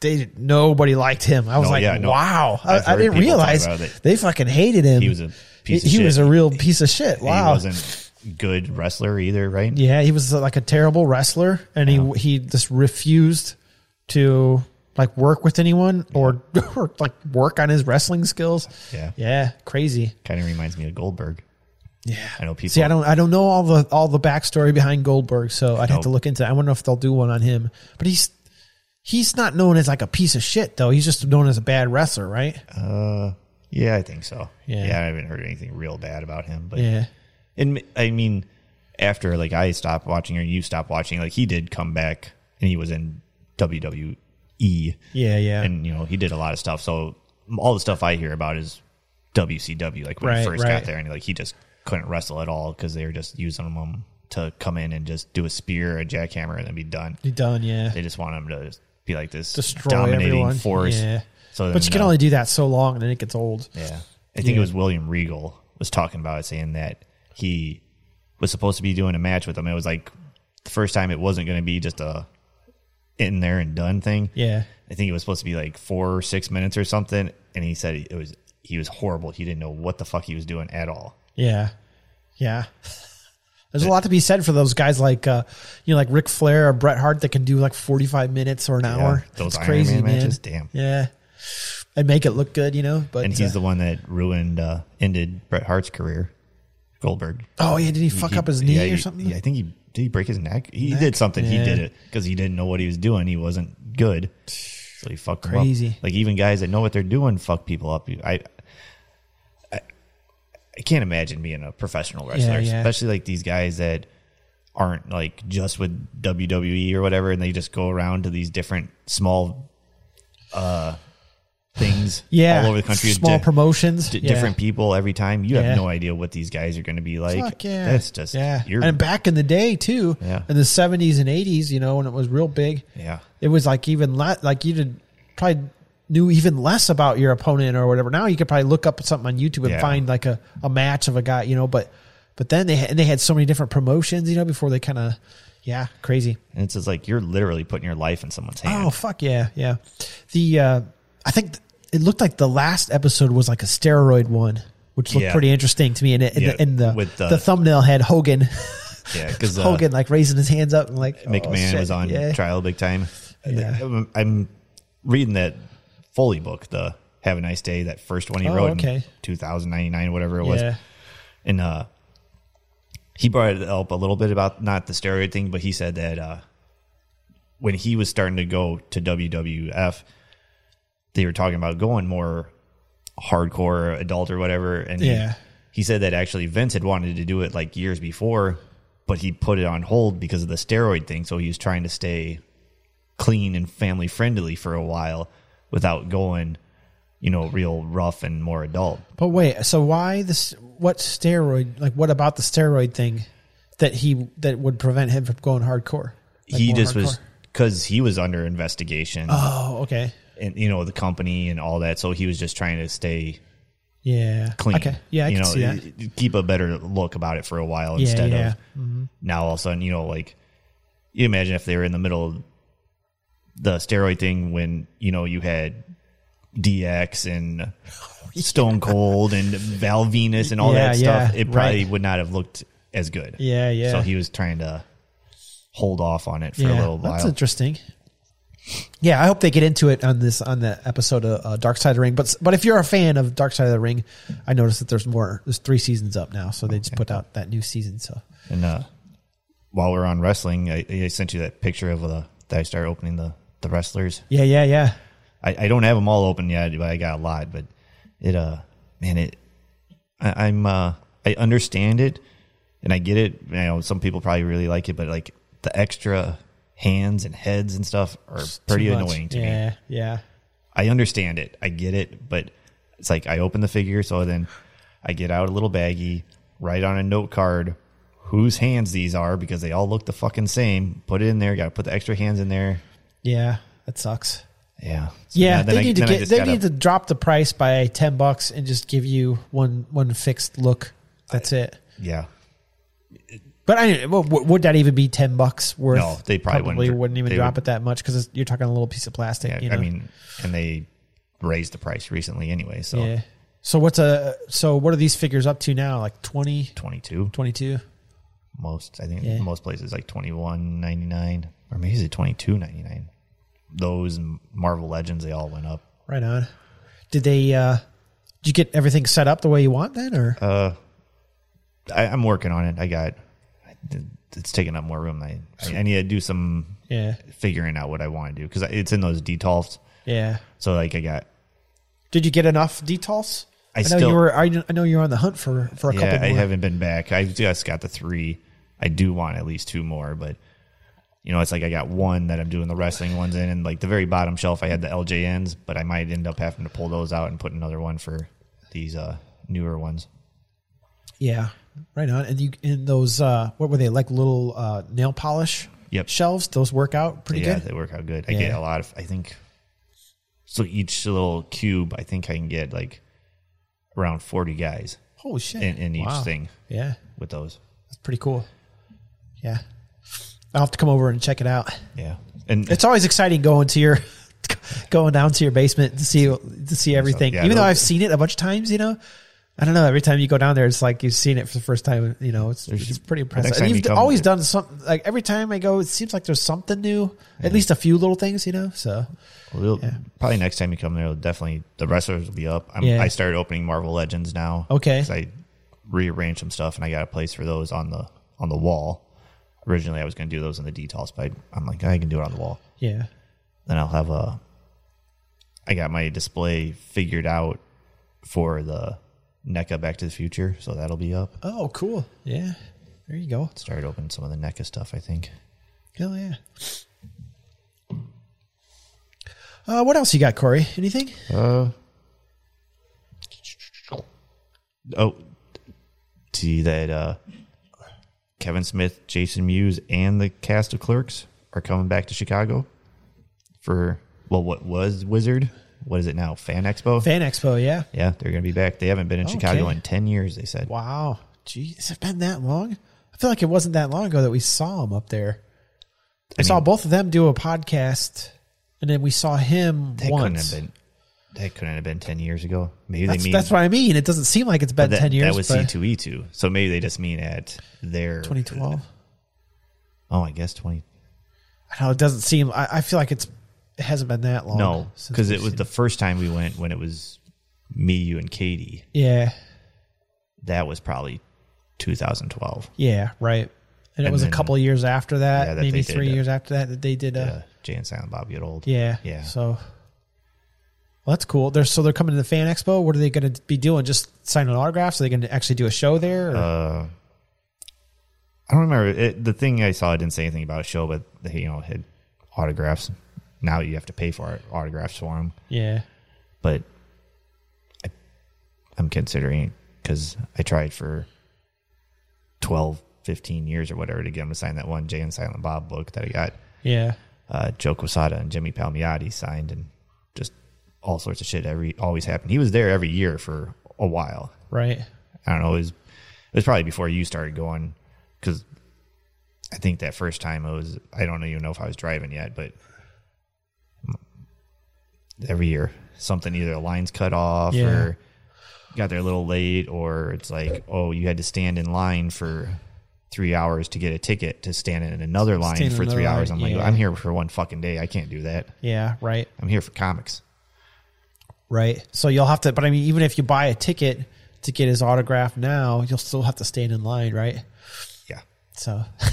they nobody liked him. I was No, like, yeah, no. wow, I, I've I heard didn't people talk realize about it. they fucking hated him. He was a piece he, of he was shit. a real piece of shit. Wow, He wasn't good wrestler either, right? Yeah, he was uh, like a terrible wrestler, and he he just refused to like work with anyone or, <laughs> or like work on his wrestling skills. Yeah. yeah, crazy. Kind of reminds me of Goldberg. Yeah, I know people See, I don't I don't know all the all the backstory behind Goldberg, so I'd have to Nope. look into. it. I wonder if they'll do one on him, but he's he's not known as like a piece of shit though. He's just known as a bad wrestler, right? Yeah, I think so. Yeah. I haven't heard anything real bad about him, but yeah, And I mean, after like I stopped watching or you stopped watching, like he did come back and he was in E. WWE. yeah, yeah. And you know, he did a lot of stuff. So all the stuff I hear about is WCW. Like when Right, he first right. got there, and like he just couldn't wrestle at all because they were just using him um, to come in and just do a spear, a jackhammer, and then be done. he done. Yeah, They just want him to just be like this destroy dominating everyone. force. Yeah. So but you can only. only do that so long, and then it gets old. Yeah. I think Yeah. it was William Regal was talking about it, saying that he was supposed to be doing a match with him. It was like the first time it wasn't going to be just a in there and done thing. Yeah. I think it was supposed to be like four or six minutes or something. And he said it was, he was horrible. He didn't know what the fuck he was doing at all. Yeah. <laughs> Yeah. There's a lot to be said for those guys like uh you know like Ric Flair or Bret Hart that can do like 45 minutes or an hour. those It's Iron crazy, Man man. matches, damn. Yeah. And make it look good, you know, but And he's uh, the one that ruined, uh, ended Bret Hart's career. Goldberg. Oh, yeah, did he fuck He- up his knee yeah, or he- something? yeah, I think he did. He break his neck. He Neck? did something. Yeah. He did it because he didn't know what he was doing. He wasn't good, so he fucked 'em up. Crazy. Like even guys that know what they're doing fuck people up. You- I, I, I can't imagine being a professional wrestler, yeah. especially like these guys that aren't like just with WWE or whatever, and they just go around to these different small, uh, things yeah. all over the country. Small to- promotions. d- yeah. different people every time. You Yeah. have no idea what these guys are going to be like. Fuck yeah. That's just yeah. You're, and back in the day too, Yeah. in the 70s and 80s, you know, when it was real big. yeah, it was like even le- like you did probably knew even less about your opponent or whatever. Now you could probably look up something on YouTube and Yeah. find like a, a match of a guy, you know. But but then they had, and they had so many different promotions, you know, before they kind of yeah crazy. and it's just like you're literally putting your life in someone's hand. Oh fuck yeah yeah. The uh, I think th- it looked like the last episode was like a steroid one. Which looked Yeah. pretty interesting to me, and, it, and, Yeah, the, and the, with the the- thumbnail had Hogan, <laughs> yeah, because uh, Hogan like raising his hands up and like oh, McMahon shit, was on yeah. Uh, trial big time. Yeah. I'm, I'm reading that Foley book, the Have a Nice Day, that first one he Oh, wrote in okay. 2099, whatever it was. Yeah. And uh, he brought it up a little bit about not the steroid thing, but he said that uh, when he was starting to go to WWF, they were talking about going more hardcore adult or whatever. And he- Yeah. he said that actually Vince had wanted to do it like years before, but he put it on hold because of the steroid thing. So he was trying to stay clean and family friendly for a while without going, you know, real rough and more adult. But wait, so why this? What steroid? Like, what about the steroid thing that he that would prevent him from going hardcore? Like, he more just was hardcore? because he was under investigation Oh, okay. and you know the company and all that. So he was just trying to stay Yeah. clean. Okay. Yeah, I you can know, see that. y- keep a better look about it for a while Yeah, instead yeah. Mm-hmm. of now all of a sudden, you know, like you imagine if they were in the middle of the steroid thing when, you know, you had DX <laughs> and Stone Cold and Val Venus and all Yeah, that stuff, yeah, it probably right. would not have looked as good. Yeah, yeah. So he was trying to hold off on it for a little while. That's interesting. Yeah, I hope they get into it on this on the episode of uh, Dark Side of the Ring. But but if you're a fan of Dark Side of the Ring, I noticed that there's more. There's three seasons up now, so they just put out that new season. So And uh, while we're on wrestling, I, I sent you that picture of the that I started opening the the wrestlers. yeah, yeah, yeah. I, I don't have them all open yet, but I got a lot. But it, uh, man, it, I, I'm, uh, I understand it and I get it. You know, some people probably really like it, but like the extra hands and heads and stuff are pretty Too much. annoying to me. yeah, Yeah, I understand it. I get it, but it's like I open the figure, so then I get out a little baggie, write on a note card whose hands these are because they all look the fucking same. Put it in there. Got to put the extra hands in there. yeah. That sucks. Yeah. So Yeah, now then they I- need to then I get just they gotta- need to drop the price by ten bucks and just give you one one fixed look. That's it. Yeah. But I well, w- would that even be ten bucks worth? No, they probably wouldn't dr- wouldn't even they drop would- it that much because you're talking a little piece of plastic. Yeah, you know? I mean, and they raised the price recently anyway. So yeah. So what's a so what are these figures up to now? Like 20, 22 22? most I think Yeah. most places like 21.99 or maybe is it 22.99. Those and Marvel Legends they all went up. Right on. Did they? uh Did you get everything set up the way you want then, or Uh, I, I'm working on it. I got it's taking up more room. I I need to do some yeah, figuring out what I want to do because it's in those detolfs. yeah. So like I got Did you get enough detals? I know still- you were. I, I know you're on the hunt for for a yeah couple. I more. haven't been back. I just got the three. I do want at least two more, but. You know, it's like I got one that I'm doing the wrestling ones in, and like the very bottom shelf, I had the LJNs, but I might end up having to pull those out and put another one for these uh, newer ones. Yeah, right on. And you in those uh what were they like little uh nail polish Yep. shelves? Those work out pretty yeah, good. they work out good. I Yeah. get a lot of. I think so. Each little cube, I think I can get like around forty guys Holy shit! in, in each Wow. thing Yeah, with those. that's pretty cool. Yeah, I'll have to come over and check it out. Yeah, and It's always exciting going to your <laughs> going down to your basement to see to see everything. yeah, Even though those- I've seen it a bunch of times, you know. I don't know. Every time you go down there, it's like you've seen it for the first time. You know, it's, it's pretty impressive. next And time you've you come- always done something. Like every time I go, it seems like there's something new. At least a few little things, you know. So Well, they'll- Probably next time you come there, it'll definitely the wrestlers will be up. I'm, Yeah. I started opening Marvel Legends now. Okay. 'cause I rearranged some stuff and I got a place for those on the on the wall. Originally, I was going to do those in the details, but I, am like, I can do it on the wall. yeah, Then I'll have a. I got my display figured out for the NECA Back to the Future, so that'll be up. Oh, cool. Yeah. There you go. Started opening some of the NECA stuff, I think. Hell yeah. Uh, what else you got, Corey? Anything? Oh, see that uh, Kevin Smith, Jason Mewes, and the cast of Clerks are coming back to Chicago for well, what was Wizard? What is it now? Fan Expo. Fan Expo, yeah. yeah, they're going to be back. They haven't been in Chicago Okay. in ten years. They said. Wow. Gee, has it been that long? I feel like it wasn't that long ago that we saw him up there. I, saw both of them do a podcast, and then we saw him That once. couldn't have been. That couldn't have been ten years ago. Maybe That's, they mean that's what I mean. It doesn't seem like it's been that, 10 years. That was C but two E two. So maybe they just mean at their 2012. Oh, I guess twenty. I I don't know. It doesn't seem. I, I feel like it's it hasn't been that long. No, since because we've it was seen the first time we went when it was me, you, and Katie. Yeah, That was probably 2012. yeah, right. And it And was then- a couple of years after that, Yeah, that maybe they did three it. years after that, that they did. Uh, A, Jay and Silent Bob Get Old. yeah, Yeah. So well, that's cool. They're so they're coming to the fan expo. What are they going to be doing? Just signing autographs? Are they going to actually do a show there? Or? I don't remember. It, the thing I saw, I didn't say anything about a show, but they, you know, had autographs. Now you have to pay for it, autographs for them. yeah, But I, I'm considering because I tried for 12, 15 years or whatever to get them to sign that one Jay and Silent Bob book that I got. yeah. uh, Joe Quesada and Jimmy Palmiotti signed, and just all sorts of shit every always happened. He was there every year for a while. Right. I don't know. It was, it was probably before you started going because I think that first time I was I don't even know if I was driving yet, but every year something either a line's cut off Yeah. or got there a little late or it's like oh you had to stand in line for three hours to get a ticket to stand in another line Stand in for another three hours line, i'm like yeah. i'm here for one fucking day i can't do that Yeah. Right. i'm here for comics Right. So you'll have to, but I mean, even if you buy a ticket to get his autograph now, you'll still have to stand in line, right? yeah So <laughs> you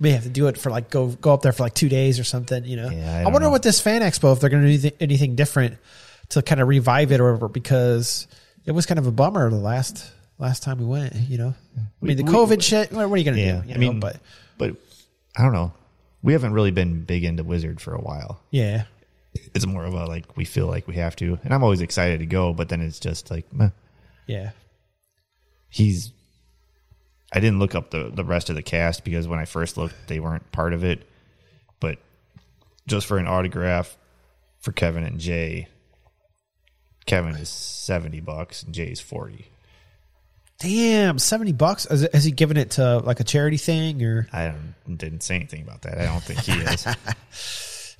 may have to do it for like go go up there for like two days or something. You know, Yeah, I I, don't wonder know. what this fan expo if they're going to do anything- anything different to kind of revive it or whatever because it was kind of a bummer the last last time we went. You know, I mean the we- COVID shit. What what are you going to yeah do? You i mean know, but but i don't know we haven't really been big into wizard for a while yeah, it's more of a like we feel like we have to and i'm always excited to go but then it's just like meh. yeah, he's i didn't look up the, the rest of the cast because when i first looked they weren't part of it but just for an autograph for kevin and jay kevin is 70 bucks and jay's 40 damn, seventy bucks. Has, has he given it to like a charity thing or? i don't, didn't say anything about that i don't think he <laughs> is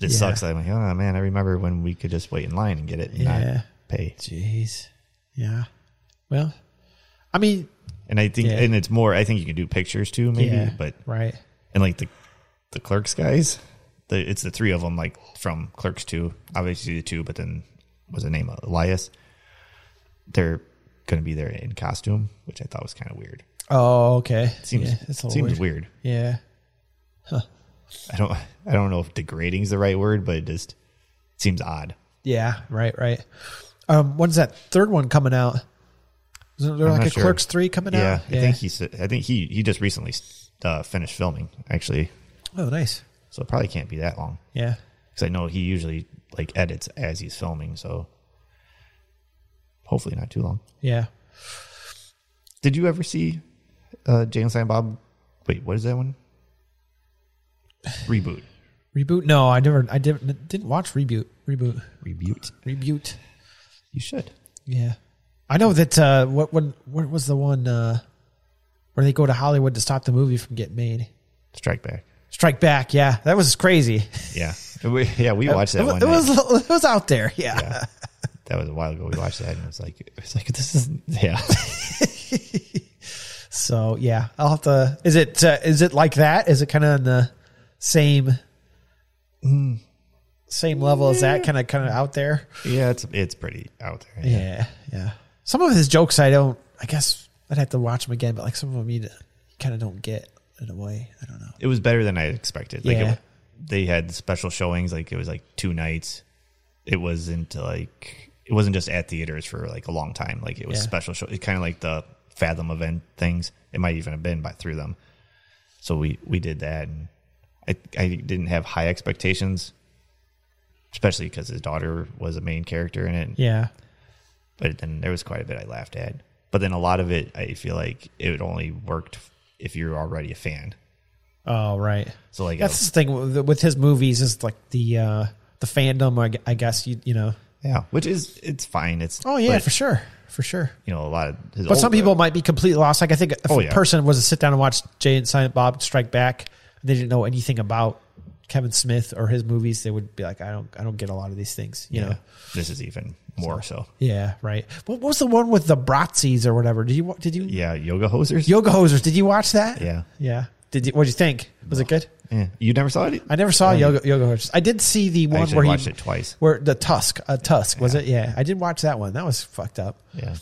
it sucks i'm like oh man i remember when we could just wait in line and get it and Yeah. not pay Jeez. Yeah. Well, I mean, and i think Yeah. and it's more i think you can do pictures too maybe yeah, but right. and like the the clerks guys the, it's the three of them like from clerks 2 obviously the two but then was the name elias they're gonna be there in costume which i thought was kind of weird Oh, okay. seems yeah, that's a little seems weird. weird. Yeah. i don't i don't know if degrading is the right word but it just seems odd Yeah. Right. Right. Um, when's that third one coming out? Is there I'm like not a sure. Clerks three coming yeah, out? i think he said i think he he just recently uh, finished filming actually oh, nice. so it probably can't be that long Yeah. because i know he usually like edits as he's filming so hopefully not too long Yeah. Did you ever see uh Jay and Silent Bob? Wait, what is that one? Reboot. Reboot? No, I never. I didn't. Didn't watch reboot. Reboot. Reboot. Reboot. You should. Yeah. I know that. Uh, what? When? What was the one? Uh, where they go to Hollywood to stop the movie from getting made? Strike back. Strike Back. Yeah, that was crazy. Yeah. <laughs> We, yeah, we watched that it, one. it night. was it was out there. Yeah. Yeah. That was a while ago. We watched that and it was like it was like this is yeah. <laughs> So yeah, I'll have to. Is it uh, is it like that? Is it kind of on the same Hmm. same level as that? Kind of kind of out there. yeah, it's it's pretty out there. Yeah, yeah. Some of his jokes I don't. I guess I'd have to watch them again. But like some of them you kind of don't get in a way. I don't know. It was better than I expected. Like Yeah. it, they had special showings like it was like two nights. It wasn't like it wasn't just at theaters for like a long time. Like it was Yeah. special show. It kind of like the Fathom event things. It might even have been by through them. So we we did that, and I I didn't have high expectations, especially because his daughter was a main character in it. Yeah, But then there was quite a bit I laughed at. But then a lot of it, I feel like it would only worked if you're already a fan. Oh, right. So, like, that's the thing with with his movies is like the uh the fandom. I, gu- I guess you you know. Yeah, which is it's fine. It's Oh yeah, but, for sure, for sure. You know, a lot of his But some older- people might be completely lost. Like I think if Oh, a yeah. person was to sit down and watch Jay and Silent Bob Strike Back, they didn't know anything about Kevin Smith or his movies, they would be like, I don't, I don't get a lot of these things. You yeah, know? this is even more so. Yeah, right. What, what was the one with the Bratzies or whatever? Did you wa- did you Yeah, yoga hosers. yoga hosers? Did you watch that? Yeah. yeah. Did you, what'd you think? Was it good? Yeah. Eh, You never saw it? I never saw yoga yoga horses. I did see the one actually where he watched it twice. Where the tusk, a tusk was it? Yeah, I did watch that one. That was fucked up. Yeah.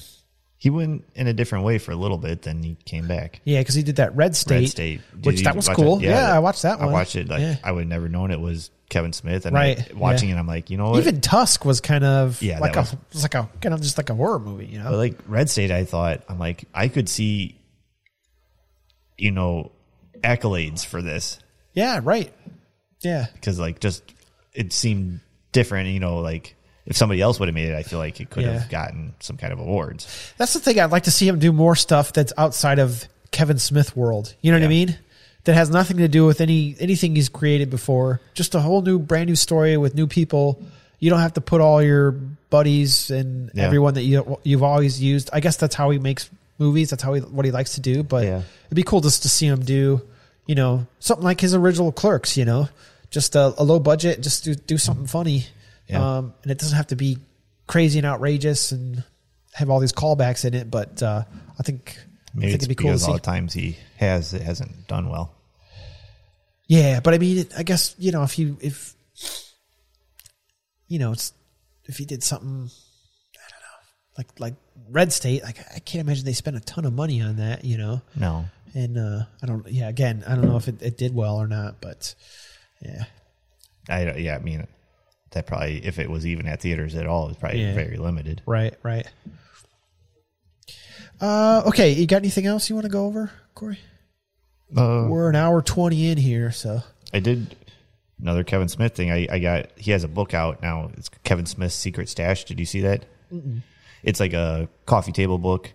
He went in a different way for a little bit, then he came back. Yeah, because he did that Red State, Red State, Did which you that was watch cool. it? Yeah, I watched that one. I watched it. Like Yeah. I would never known it was Kevin Smith. And Right, I, watching yeah. it, I'm like, you know what? Even Tusk was kind of Yeah, like a that was- it was like a kind of just like a horror movie, you know? But like Red State, I thought I'm like I could see, you know, accolades for this yeah, right. Yeah, because like just it seemed different. You know, like if somebody else would have made it, I feel like it could Yeah. have gotten some kind of awards. that's the thing. I'd like to see him do more stuff that's outside of Kevin Smith world. You know what I Yeah. mean? That has nothing to do with any anything he's created before. Just a whole new, brand new story with new people. You don't have to put all your buddies and Yeah. everyone that you you've always used. I guess that's how he makes movies. That's how he what he likes to do. But Yeah. it'd be cool just to see him do, you know, something like his original Clerks. You know, just a, a low budget, just do do something funny. Yeah. Um, and it doesn't have to be crazy and outrageous and have all these callbacks in it. But uh, I think I Maybe think it's it'd be cool to because see. all the times he has it hasn't done well. Yeah, but I mean, I guess you know if you if you know it's if he did something, I don't know, like like Red State. Like I can't imagine they spent a ton of money on that. You know, No, and uh, I don't. Yeah, again, I don't know if it, it did well or not, but yeah, I don't- yeah, I mean that probably if it was even at theaters at all, it's probably Yeah. very limited. right, right. Uh, okay, you got anything else you want to go over, Corey? Uh, We're an hour twenty in here, so I did another Kevin Smith thing. I, I got he has a book out now. It's Kevin Smith's Secret Stash. Did you see that? It's like a coffee table book,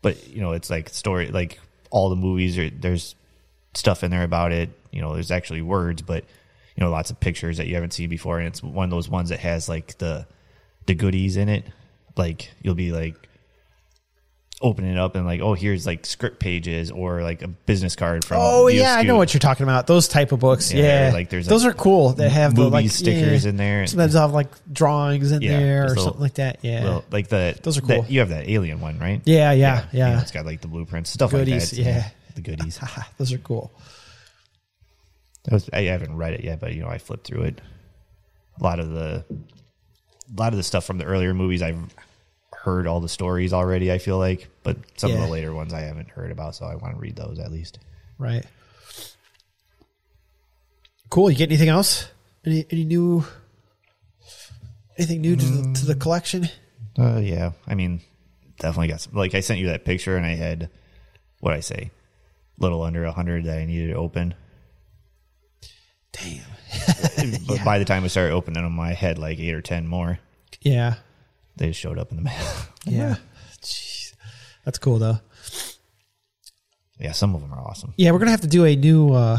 but you know it's like story like all the movies. Are, there's stuff in there about it. You know, there's actually words, but you know lots of pictures that you haven't seen before, and it's one of those ones that has like the the goodies in it. Like you'll be like open it up and like oh here's like script pages or like a business card from Oh View yeah, I know Scoot. what you're talking about. Those type of books. Yeah, Yeah, like there's, those like, are cool. That have the movie like stickers yeah. in there. Sometimes I'll have like drawings in Yeah, there or just little- something like that. Yeah, Well, like the Those are that- cool. you have that alien one, right? Yeah, yeah, yeah. You know, it's got like the blueprints, stuff Goodies, like that. yeah. the goodies. Haha, those are cool. That was- I haven't read it yet, but you know, I flipped through it. A lot of the, a lot of the stuff from the earlier movies, I've heard all the stories already. I feel like, but some of Yeah. the later ones I haven't heard about, so I want to read those at least. Right. Cool. You get anything else? Any any new? Anything new to, the, to the collection? Uh, yeah, I mean, definitely got some. Like I sent you that picture, and I had what I say, little under hundred that I needed to <laughs> open. Damn. But by the time I started opening them, I had like eight or ten more. Yeah. They just showed up in the mail. Yeah. Jeez. That's cool though. <laughs> yeah, some of them are awesome. Yeah, we're gonna have to do a new, uh,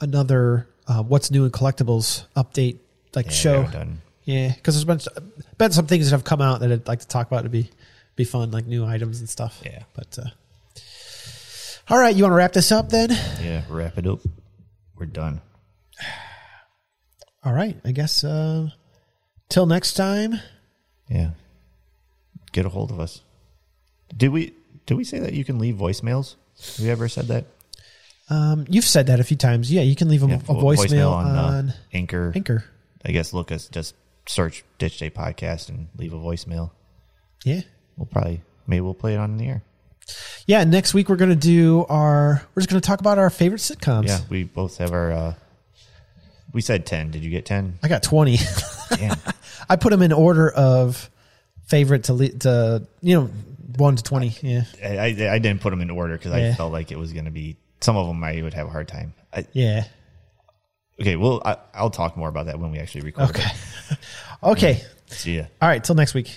another uh, what's new in collectibles update like Yeah, we show. haven't done- Yeah, because there's been been some things that have come out that I'd like to talk about. It'd be be fun, like new items and stuff. Yeah. but uh, all right, you want to wrap this up then? Yeah, wrap it up. We're done. All right, I guess. Uh, till next time. Yeah, get a hold of us. Did we did we say that you can leave voicemails? Have we ever said that? Um, you've said that a few times. Yeah, you can leave 'em Yeah, a, voicemail, on, uh, Anchor. Anchor. I guess look us just search Ditch Day podcast and leave a voicemail. Yeah. We'll probably maybe we'll play it on the air. Yeah, next week we're going to do our, we're just going to talk about our favorite sitcoms. Yeah, we both have our. uh We said ten. Did you get ten? I got 20. <laughs> Damn. <laughs> I put them in order of favorite to, le- to you know, 1 to 20. Yeah. I, I, I didn't put them in order because Yeah. I felt like it was going to be some of them I would have a hard time. I, Yeah. okay, well, I, I'll talk more about that when we actually record. Okay. <laughs> okay. it. See ya. All right. Till next week.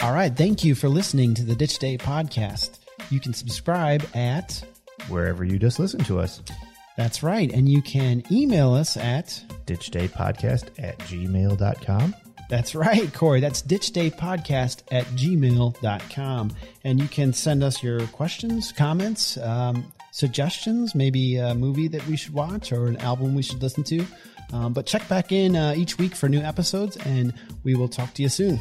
All right. Thank you for listening to the Ditch Day podcast. You can subscribe at, Wherever you just listen to us, that's right, and you can email us at, ditchdaypodcast at gmail.com. that's right, Corey, that's ditchdaypodcast at gmail.com. And you can send us your questions, comments, um, suggestions, maybe a movie that we should watch or an album we should listen to. Um, but check back in uh, each week for new episodes, and we will talk to you soon.